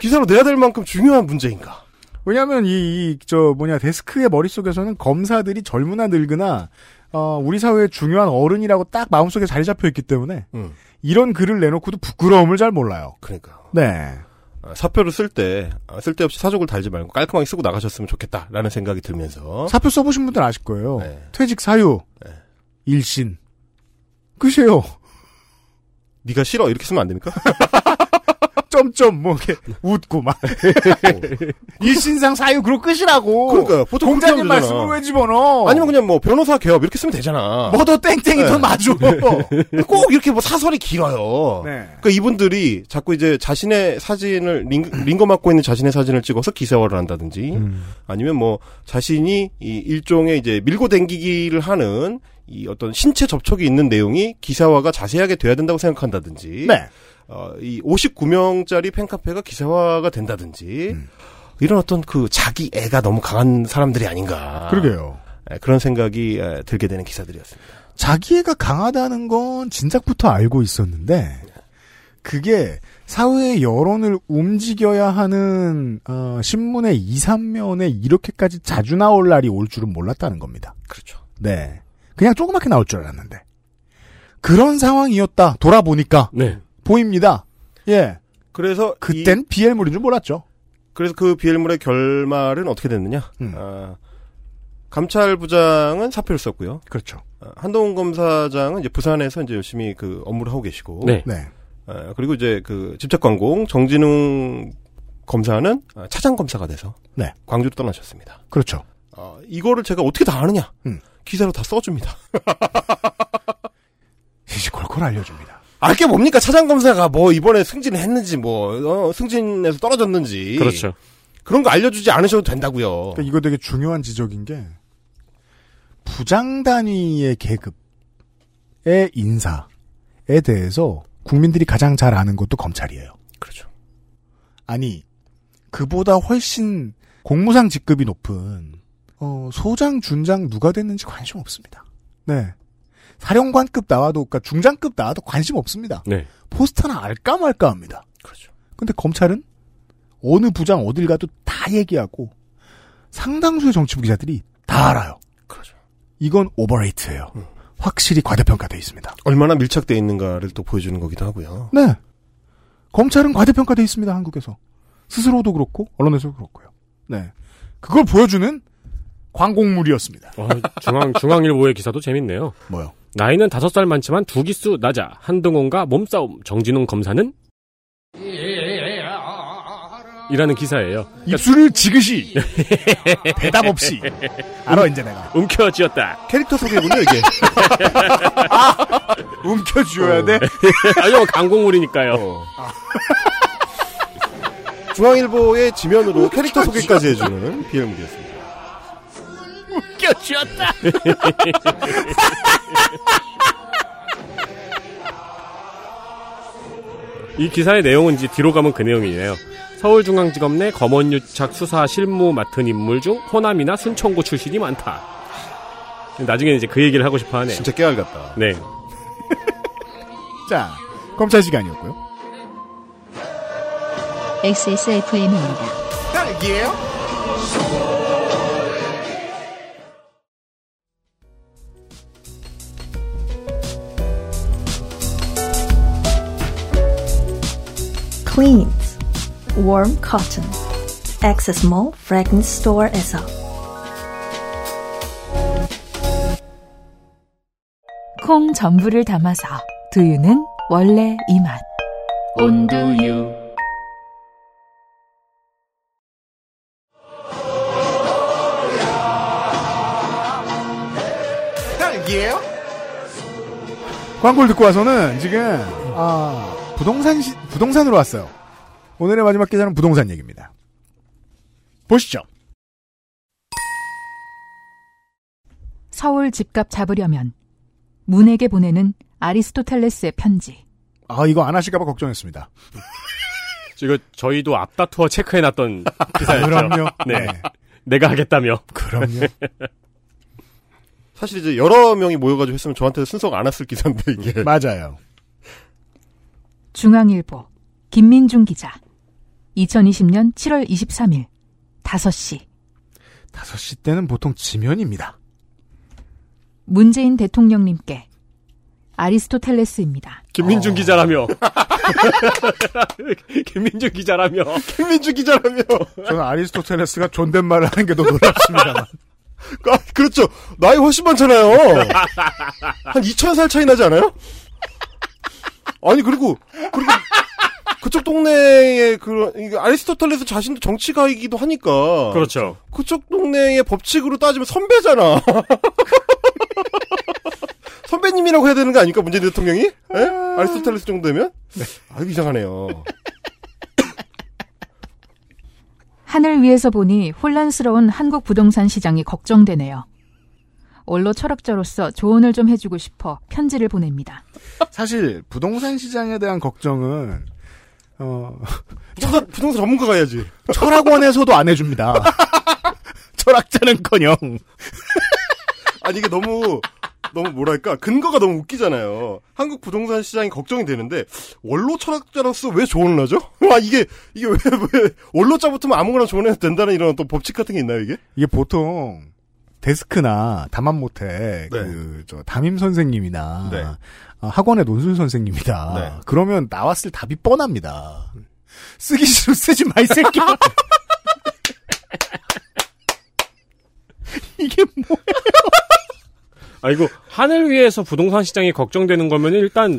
D: 기사로 내야 될 만큼 중요한 문제인가?
B: 왜냐하면 이저 뭐냐 데스크의 머릿속에서는 검사들이 젊으나 늙으나 어, 우리 사회의 중요한 어른이라고 딱 마음속에 자리 잡혀 있기 때문에
D: 음.
B: 이런 글을 내놓고도 부끄러움을 잘 몰라요.
D: 그러니까
B: 네.
D: 어, 사표를 쓸 때 아, 쓸데없이 사족을 달지 말고 깔끔하게 쓰고 나가셨으면 좋겠다라는 생각이 들면서
B: 어? 사표 써보신 분들 은 아실 거예요.
D: 네.
B: 퇴직 사유, 일신. 끝이에요.
D: 네가 싫어 이렇게 쓰면 안 됩니까?
B: 점점 뭐 이렇게
D: 네.
B: 웃고 막 일신상 사유 그로 끝이라고.
D: 그러니까 보통
B: 어. 공자님
D: 그렇게 하면 되잖아.
B: 말씀을 왜 집어넣어? 네.
D: 아니면 그냥 뭐 변호사 개업 이렇게 쓰면 되잖아.
B: 뭐더 땡땡이 더 맞아. 네.
D: 꼭 이렇게 뭐 사설이 길어요. 그러니까 이분들이 자꾸 이제 자신의 사진을 링, 링거 맞고 있는 자신의 사진을 찍어서 기사화를 한다든지 아니면 뭐 자신이 이 일종의 이제 밀고 댕기기를 하는 이 어떤 신체 접촉이 있는 내용이 기사화가 자세하게 돼야 된다고 생각한다든지
B: 네.
D: 어, 이 59명짜리 팬카페가 기사화가 된다든지 이런 어떤 그 자기 애가 너무 강한 사람들이 아닌가.
B: 그러게요.
D: 예, 그런 생각이 예, 들게 되는 기사들이었습니다.
B: 자기애가 강하다는 건 진작부터 알고 있었는데 그게 사회의 여론을 움직여야 하는 어, 신문의 2, 3면에 이렇게까지 자주 나올 날이 올 줄은 몰랐다는 겁니다.
D: 그렇죠.
B: 네. 그냥 조그맣게 나올 줄 알았는데. 그런 상황이었다. 돌아보니까
C: 네.
B: 보입니다. 예.
D: 그래서
B: 그땐 비엘물인 줄 몰랐죠.
D: 그래서 그 비엘물의 결말은 어떻게 됐느냐? 아, 감찰부장은 사표를 썼고요.
B: 그렇죠.
D: 아, 한동훈 검사장은 이제 부산에서 이제 열심히 그 업무를 하고 계시고,
B: 네. 네.
D: 아, 그리고 이제 그 집착관공 정진웅 검사는 아, 차장 검사가 돼서
B: 네.
D: 광주로 떠나셨습니다.
B: 그렇죠.
D: 아, 이거를 제가 어떻게 다 아느냐?
B: 음.
D: 기사로 다 써줍니다.
B: 시시콜콜 알려줍니다.
D: 알게 뭡니까? 차장 검사가 뭐 이번에 승진을 했는지 뭐 어, 승진에서 떨어졌는지
C: 그렇죠.
D: 그런 거 알려주지 않으셔도 된다고요.
B: 그러니까 이거 되게 중요한 지적인 게 부장 단위의 계급의 인사에 대해서 국민들이 가장 잘 아는 것도 검찰이에요.
D: 그렇죠.
B: 아니 그보다 훨씬 공무상 직급이 높은 어, 소장 준장 누가 됐는지 관심 없습니다. 네. 사령관급 나와도 그러니까 중장급 나와도 관심 없습니다.
C: 네.
B: 포스터나 알까 말까 합니다.
D: 그렇죠.
B: 근데 검찰은 어느 부장 어딜 가도 다 얘기하고 상당수의 정치부 기자들이 다 알아요.
D: 그렇죠.
B: 이건 오버레이트예요. 확실히 과대평가돼 있습니다.
D: 얼마나 밀착돼 있는가를 또 보여주는 거기도 하고요.
B: 네. 검찰은 과대평가돼 있습니다. 한국에서 스스로도 그렇고 언론에서도 그렇고요. 네. 그걸 보여주는 광공물이었습니다.
C: 어, 중앙 중앙일보의 기사도 재밌네요.
B: 뭐요?
C: 나이는 다섯 살 많지만 두 기수 낮아 한동훈과 몸싸움 정진웅 검사는 이라는 기사예요. 그러니까
B: 그러니까 입술을 지그시 대답 없이 알아 이제 내가
C: 움켜쥐었다.
D: 캐릭터 소개군요 이게.
B: 아, 움켜쥐어야 돼.
C: 아니요 강공물이니까요.
B: 어.
D: 중앙일보의 지면으로 캐릭터 소개까지 해주는 비엘물이었습니다.
C: 웃겨주었다. 이 기사의 내용은 이제 뒤로 가면 그 내용이에요. 서울중앙지검 내 검언유착 수사 실무 맡은 인물 중 호남이나 순천고 출신이 많다. 나중에 이제 그 얘기를 하고 싶어 하네.
D: 진짜 깨알 같다.
C: 네.
B: 자, 검찰 시간이었고요.
A: XSFM입니다.
D: 딸기예요?
J: Cleans Warm Cotton Access Mall Fragrance Store에서
M: 콩 전부를 담아서 두유는 원래 이 맛.
N: 온두유
D: 딸기예요?
B: 광고를 듣고 와서는 지금 아 부동산 시- 부동산으로 왔어요. 오늘의 마지막 기사는 부동산 얘기입니다. 보시죠.
G: 서울 집값 잡으려면 문에게 보내는 아리스토텔레스의 편지.
B: 아 이거 안 하실까봐 걱정했습니다.
C: 이거 저희도 앞다투어 체크해놨던
D: 그렇죠.
C: 기사였죠.
B: 그럼요.
C: 네.
B: 네.
C: 내가 하겠다며.
B: 그럼요.
D: 사실 이제 여러 명이 모여가지고 했으면 저한테 순서가 안 왔을 기사인데 이게.
B: 맞아요.
G: 중앙일보 김민중 기자 2020년 7월 23일 5시
B: 5시 때는 보통 지면입니다.
G: 문재인 대통령님께 아리스토텔레스입니다.
C: 김민준 기자라며. 김민준 기자라며.
D: 김민주 기자라며.
B: 저는 아리스토텔레스가 존댓말을 하는 게 더 놀랍습니다만.
D: 아, 그렇죠. 나이 훨씬 많잖아요. 한 2,000살 차이 나지 않아요? 아니, 그리고, 그리고, 그쪽 동네의 그런, 이게 아리스토텔레스 자신도 정치가이기도 하니까.
C: 그렇죠.
D: 그쪽 동네의 법칙으로 따지면 선배잖아. 선배님이라고 해야 되는 거 아닙니까? 문재인 대통령이? 예? 아리스토텔레스 정도면? 아, 이거 이상하네요.
G: 하늘 위에서 보니 혼란스러운 한국 부동산 시장이 걱정되네요. 원로 철학자로서 조언을 좀 해주고 싶어 편지를 보냅니다.
B: 사실 부동산 시장에 대한 걱정은 어,
D: 부동산, 부동산 전문가가 해야지.
B: 철학원에서도 안 해줍니다. 철학자는커녕
D: 아니 이게 너무 너무 뭐랄까 근거가 너무 웃기잖아요. 한국 부동산 시장이 걱정이 되는데 원로 철학자로서 왜 조언을 하죠? 아 이게 이게 왜, 왜 원로자 붙으면 아무거나 조언해도 된다는 이런 또 법칙 같은 게 있나요 이게?
B: 이게 보통 데스크나 담암 모텔 그저 담임 선생님이나
D: 네.
B: 아, 학원의 논술 선생님이다.
D: 네.
B: 그러면 나왔을 답이 뻔합니다. 쓰기 싫으면 쓰지 마, 이 새끼. 이게
C: 뭐예요? 아이고, 하늘 위에서 부동산 시장이 걱정되는 거면 일단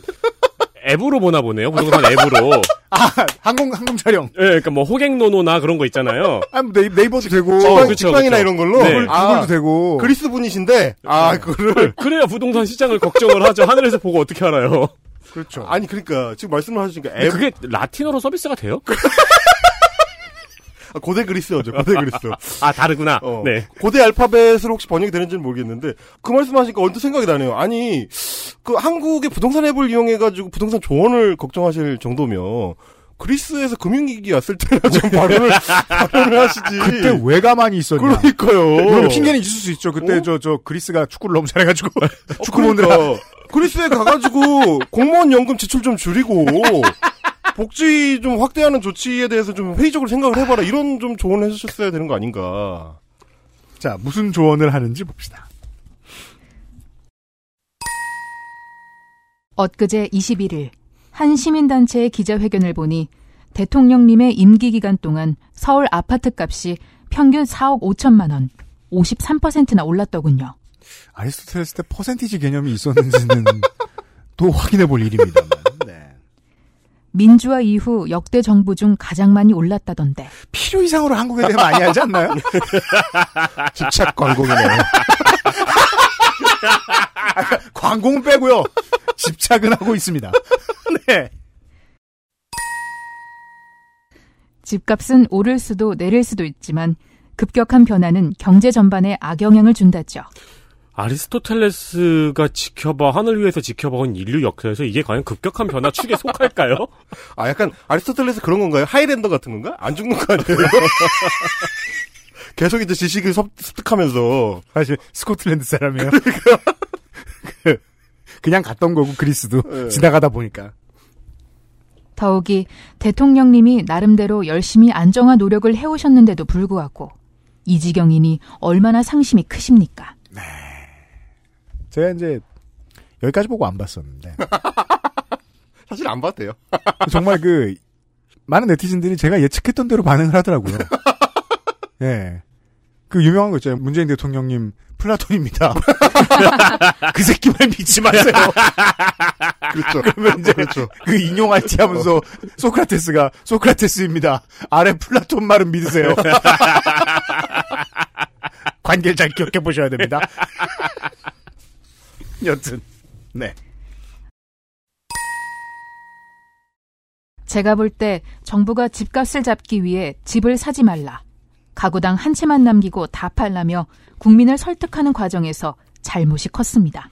C: 앱으로 보나 보네요. 부동산 앱으로.
B: 아, 항공, 항공 촬영.
C: 예, 그러니까 뭐 호갱노노나 그런 거 있잖아요.
B: 아, 뭐 네이- 네이버도 되고.
C: 직방-
D: 직방이나 이런 걸로?
C: 네.
D: 그걸-
B: 구글도 되고.
D: 어, 예. 아. 그리스 분이신데 아 그거를
C: 그래야 부동산 시장을 걱정을 하죠. 하늘에서 보고 어떻게 알아요?
B: 그렇죠.
D: 아니 그러니까 지금 말씀을 하시니까
C: 근데
B: 네,
D: 앱
C: 그게 라틴어로 서비스가 돼요?
D: 아, 고대 그리스어죠. 고대 그리스어.
C: 아 다르구나.
D: 어,
C: 네.
D: 고대 알파벳으로 혹시 번역이 되는지는 모르겠는데 그 말씀하시니까 언뜻 생각이 나네요. 아니 그 한국의 부동산 앱을 이용해 가지고 부동산 조언을 걱정하실 정도면 그리스에서 금융위기 왔을 때나 좀 발언을 발언을 하시지.
B: 그때 왜 가만히 있었냐.
D: 예. 그러니까요.
B: 물론 핑계는 있을 수 있죠. 그때
D: 어?
B: 저, 저, 그리스가 축구를 너무 잘해가지고. 축구 보느라.
D: 그러니까 그리스에 가가지고 공무원 연금 지출 좀 줄이고 복지 좀 확대하는 조치에 대해서 좀 회의적으로 생각을 해봐라 이런 좀 조언을 해주셨어야 되는 거 아닌가.
B: 자, 무슨 조언을 하는지 봅시다.
G: 엊그제 21일 한 시민단체의 기자회견을 보니 대통령님의 임기 기간 동안 서울 아파트 값이 평균 4억 5천만 원, 53%나 올랐더군요.
B: 아리스토텔레스 때 퍼센티지 개념이 있었는지는 또 확인해 볼 일입니다.
G: 민주화 이후 역대 정부 중 가장 많이 올랐다던데.
B: 필요 이상으로 한국에 대해 많이 하지 않나요? 집착 광고이네요. 광고는 빼고요. 집착은 하고 있습니다. 네.
G: 집값은 오를 수도 내릴 수도 있지만 급격한 변화는 경제 전반에 악영향을 준다죠.
C: 아리스토텔레스가 지켜봐 하늘 위에서 지켜봐온 인류 역사에서 이게 과연 급격한 변화 축에 속할까요?
D: 아 약간 아리스토텔레스 그런 건가요? 하이랜더 같은 건가? 안 죽는 거 아니에요? 계속 이제 지식을 섭, 습득하면서
B: 사실 스코틀랜드 사람이에요. 그냥 갔던 거고 그리스도
D: 네.
B: 지나가다 보니까
G: 더욱이 대통령님이 나름대로 열심히 안정화 노력을 해오셨는데도 불구하고 이 지경이니 얼마나 상심이 크십니까?
B: 제가 이제 여기까지 보고 안 봤었는데
D: 사실 안 봤대요.
B: 정말 그 많은 네티즌들이 제가 예측했던 대로 반응을 하더라고요. 예. 그 유명한 거 있잖아요. 문재인 대통령님 플라톤입니다. 그 새끼 말 믿지 마세요.
D: 그렇죠.
B: 그러면 이제
D: 그렇죠.
B: 그 인용할지 하면서 소크라테스가 소크라테스입니다. 아래 플라톤 말은 믿으세요. 관계를 잘 기억해 보셔야 됩니다. 여튼 네.
G: 제가 볼 때 정부가 집값을 잡기 위해 집을 사지 말라. 가구당 한 채만 남기고 다 팔라며 국민을 설득하는 과정에서 잘못이 컸습니다.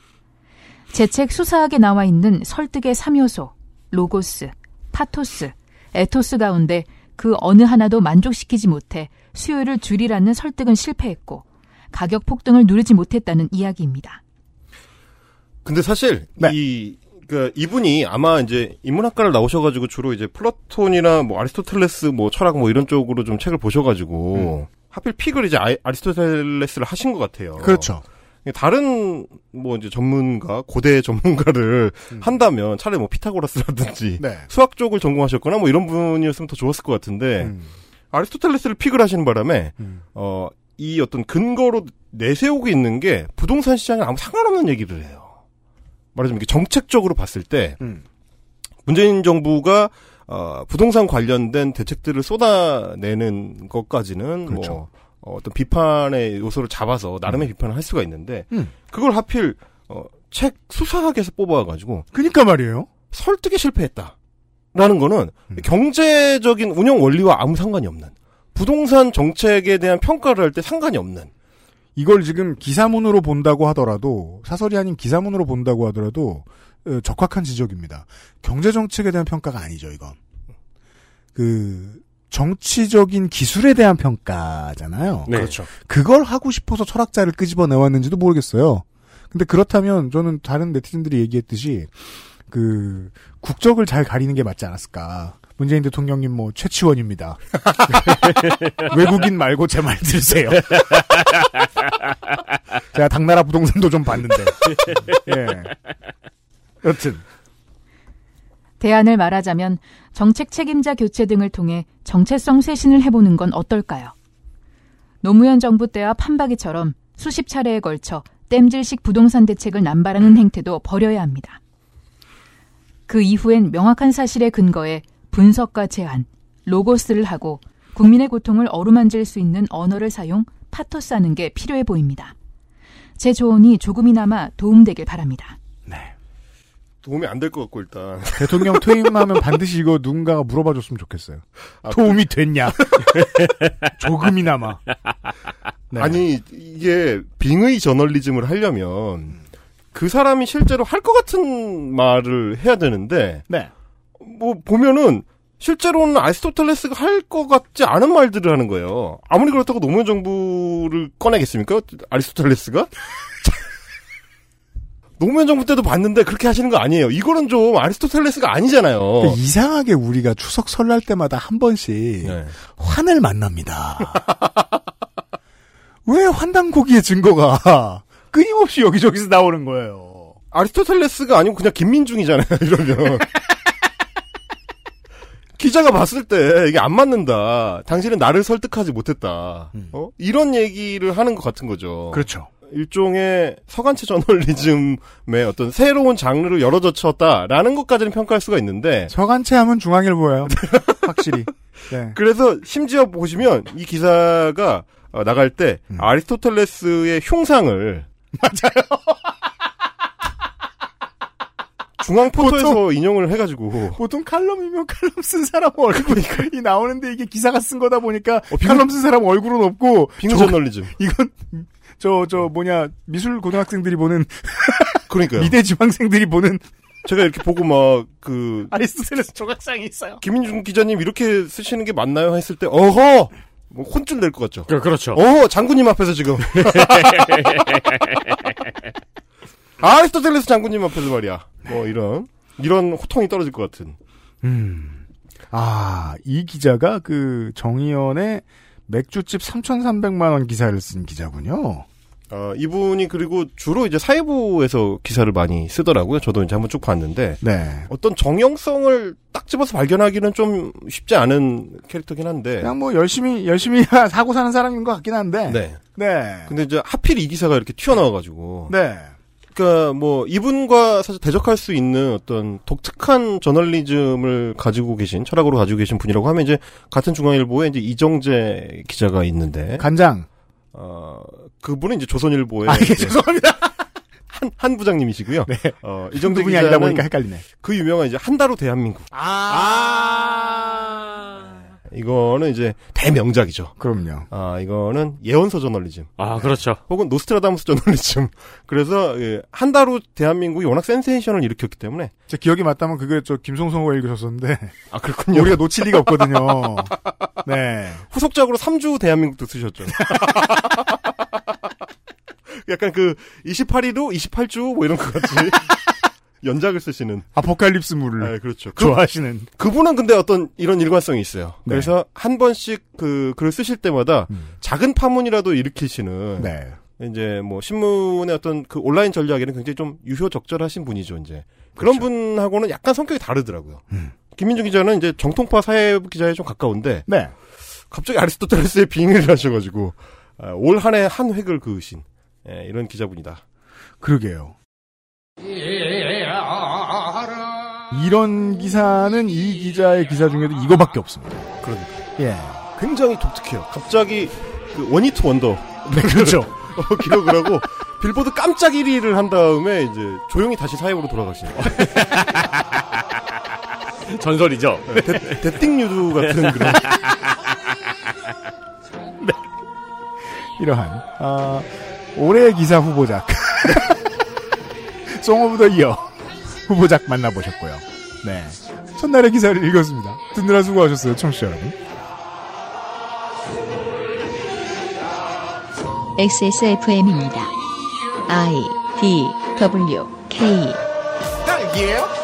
G: 제 책 수사하게 나와 있는 설득의 3요소, 로고스, 파토스, 에토스 가운데 그 어느 하나도 만족시키지 못해 수요를 줄이라는 설득은 실패했고 가격 폭등을 누르지 못했다는 이야기입니다.
D: 근데 사실
B: 네.
D: 이 그러니까 이분이 아마 이제 인문학과를 나오셔가지고 주로 이제 플라톤이나 뭐 아리스토텔레스 뭐 철학 뭐 이런 쪽으로 좀 책을
B: 음.
D: 보셔가지고 하필 픽을 이제 아, 리스토텔레스를 하신 것 같아요.
B: 그렇죠.
D: 다른 뭐 이제 전문가 고대 전문가를 한다면 차라리 뭐 피타고라스라든지
B: 음. 네.
D: 수학 쪽을 전공하셨거나 뭐 이런 분이었으면 더 좋았을 것 같은데
B: 음.
D: 아리스토텔레스를 픽을 하시는 바람에 어, 이 어떤 근거로 내세우고 있는 게 부동산 시장에 아무 상관없는 얘기를 해요. 말하자면 이게 정책적으로 봤을 때
B: 음.
D: 문재인 정부가 어, 부동산 관련된 대책들을 쏟아내는 것까지는 뭐
B: 그렇죠.
D: 어, 어떤 비판의 요소를 잡아서 나름의 비판을 할 수가 있는데
B: 음.
D: 그걸 하필 어, 책 수사학에서 뽑아가지고
B: 그니까 그러니까 말이에요.
D: 설득에 실패했다. 라는 거는 경제적인 운영 원리와 아무 상관이 없는 부동산 정책에 대한 평가를 할 때 상관이 없는
B: 이걸 지금 기사문으로 본다고 하더라도 사설이 아닌 기사문으로 본다고 하더라도 어, 적확한 지적입니다. 경제 정책에 대한 평가가 아니죠 이건. 그 정치적인 기술에 대한 평가잖아요.
C: 네. 그렇죠.
B: 그걸 하고 싶어서 철학자를 끄집어 내왔는지도 모르겠어요. 근데 그렇다면 저는 다른 네티즌들이 얘기했듯이 그 국적을 잘 가리는 게 맞지 않았을까. 문재인 대통령님 뭐 최치원입니다. 외국인 말고 제 말 들으세요. 제가 당나라 부동산도 좀 봤는데. 예. 여튼
G: 대안을 말하자면 정책 책임자 교체 등을 통해 정체성 쇄신을 해보는 건 어떨까요? 노무현 정부 때와 판박이처럼 수십 차례에 걸쳐 땜질식 부동산 대책을 남발하는 행태도 버려야 합니다. 그 이후엔 명확한 사실에 근거해 분석과 제안, 로고스를 하고 국민의 고통을 어루만질 수 있는 언어를 사용 파토스 하는 게 필요해 보입니다. 제 조언이 조금이나마 도움되길 바랍니다.
D: 도움이 안 될 것 같고 일단
B: 대통령 퇴임하면 반드시 이거 누군가가 물어봐줬으면 좋겠어요.
D: 아,
B: 도움이 됐냐? 조금이나마. 네.
D: 아니 이게 빙의 저널리즘을 하려면 그 사람이 실제로 할 것 같은 말을 해야 되는데
B: 네.
D: 뭐 보면은 실제로는 아리스토텔레스가 할 것 같지 않은 말들을 하는 거예요. 아무리 그렇다고 노무현 정부를 꺼내겠습니까? 아리스토텔레스가? 노무현 정부 때도 봤는데 그렇게 하시는 거 아니에요. 이거는 좀 아리스토텔레스가 아니잖아요.
B: 그러니까 이상하게 우리가 추석 설날 때마다 한 번씩
D: 네.
B: 환을 만납니다. 왜 환단고기의 증거가 끊임없이 여기저기서 나오는 거예요.
D: 아리스토텔레스가 아니고 그냥 김민중이잖아요. 이러면. 기자가 봤을 때 이게 안 맞는다. 당신은 나를 설득하지 못했다. 어? 이런 얘기를 하는 것 같은 거죠.
B: 음. 그렇죠.
D: 일종의 서간체 저널리즘의 어떤 새로운 장르를 열어젖혔다라는 것까지는 평가할 수가 있는데
B: 서간체 하면 중앙일보예요. 확실히. 네.
D: 그래서 심지어 보시면 이 기사가 어, 나갈 때 아리스토텔레스의 흉상을
B: 음. 맞아요.
D: 중앙 포토에서 인용을 해가지고
B: 보통 칼럼이면 칼럼 쓴 사람 얼굴이
D: 그러니까.
B: 나오는데 이게 기사가 쓴 거다 보니까 칼럼 쓴 사람 얼굴은 없고
D: 어, 빙 저널리즘.
B: 이건 저, 저, 뭐냐, 미술 고등학생들이 보는.
D: 그러니까요.
B: 미대 지방생들이 보는.
D: 제가 이렇게 보고 막, 그.
B: 아리스토텔레스 조각상이 있어요.
D: 김인중 기자님 이렇게 쓰시는 게 맞나요? 했을 때, 어허! 뭐, 혼쭐 낼 것 같죠.
C: 그, 그렇죠.
D: 어허! 장군님 앞에서 지금. 아리스토텔레스 장군님 앞에서 말이야. 뭐, 이런. 이런 호통이 떨어질 것 같은.
B: 음. 아, 이 기자가 그, 정의연의 맥주집 3,300만 원 기사를 쓴 기자군요.
D: 어, 이분이 그리고 주로 이제 사회부에서 기사를 많이 쓰더라고요. 저도 이제 한번 쭉 봤는데
B: 네.
D: 어떤 정형성을 딱 집어서 발견하기는 좀 쉽지 않은 캐릭터긴 한데
B: 그냥 뭐 열심히 열심히 사고 사는 사람인 것 같긴 한데.
D: 네.
B: 네.
D: 근데 이제 하필 이 기사가 이렇게 튀어나와가지고.
B: 네.
D: 그러니까 뭐 이분과 사실 대적할 수 있는 어떤 독특한 저널리즘을 가지고 계신 철학으로 가지고 계신 분이라고 하면 이제 같은 중앙일보에 이제 이정재 기자가 있는데
B: 간장
D: 어 그분은 이제 조선일보에
B: 아, 예, 죄송합니다.
D: 한, 한 부장님이시고요.
B: 네.
D: 어,
B: 그
D: 이정재
B: 분이 아니다
D: 기자는
B: 보니까 헷갈리네.
D: 그 유명한 이제 한다로 대한민국.
F: 아.
D: 이거는 이제 대명작이죠.
B: 그럼요.
D: 아, 이거는 예언서 저널리즘.
C: 아, 그렇죠.
D: 혹은 노스트라다무스 저널리즘. 그래서 예, 한 달 후 대한민국이 워낙 센세이션을 일으켰기 때문에
B: 제 기억이 맞다면 그게 저 김송성호가 읽으셨었는데
D: 아, 그렇군요.
B: 우리가 놓칠 리가 없거든요. 네.
D: 후속작으로 3주 대한민국도 쓰셨죠. 약간 그 28일로 28주 뭐 이런 것 같이 연작을 쓰시는
B: 아포칼립스물을
D: 아, 그렇죠. 그,
B: 음. 네, 좋아하시는 네.
D: 그분은 근데 어떤 이런 일관성이 있어요. 그래서 한 번씩 그 글을 쓰실 때마다 작은 파문이라도 일으키시는
B: 음. 네.
D: 이제 뭐 신문의 어떤 그 온라인 전략에는 굉장히 좀 유효적절하신 분이죠 이제 그런 분하고는 약간 성격이 다르더라고요. 김민중 기자는 이제 정통파 사회부 기자에 좀 가까운데
B: 네.
D: 갑자기 아리스토텔레스의 빙의를 하셔가지고 아, 올 한 해 한 획을 그으신 예, 이런 기자분이다.
B: 그러게요. 이런 기사는 이 기자의 기사 중에도 이거밖에 없습니다.
D: 그러니까
B: 예.
D: 굉장히 독특해요. 갑자기 그 원이 투 원더
B: 네, 그렇죠.
D: 어, 기록을 하고 빌보드 깜짝 1위를 한 다음에 이제 조용히 다시 사회부로 돌아가시는
C: 전설이죠.
D: 데- 데띵뉴드 같은 그런
B: 이러한 아, 올해 기사 후보작 송오브더 이어 후보작 만나보셨고요. 네. 첫날의 기사를 읽었습니다. 듣느라 수고하셨어요, 청취자 여러분.
A: XSFM입니다. I D W K
D: 딸기예요?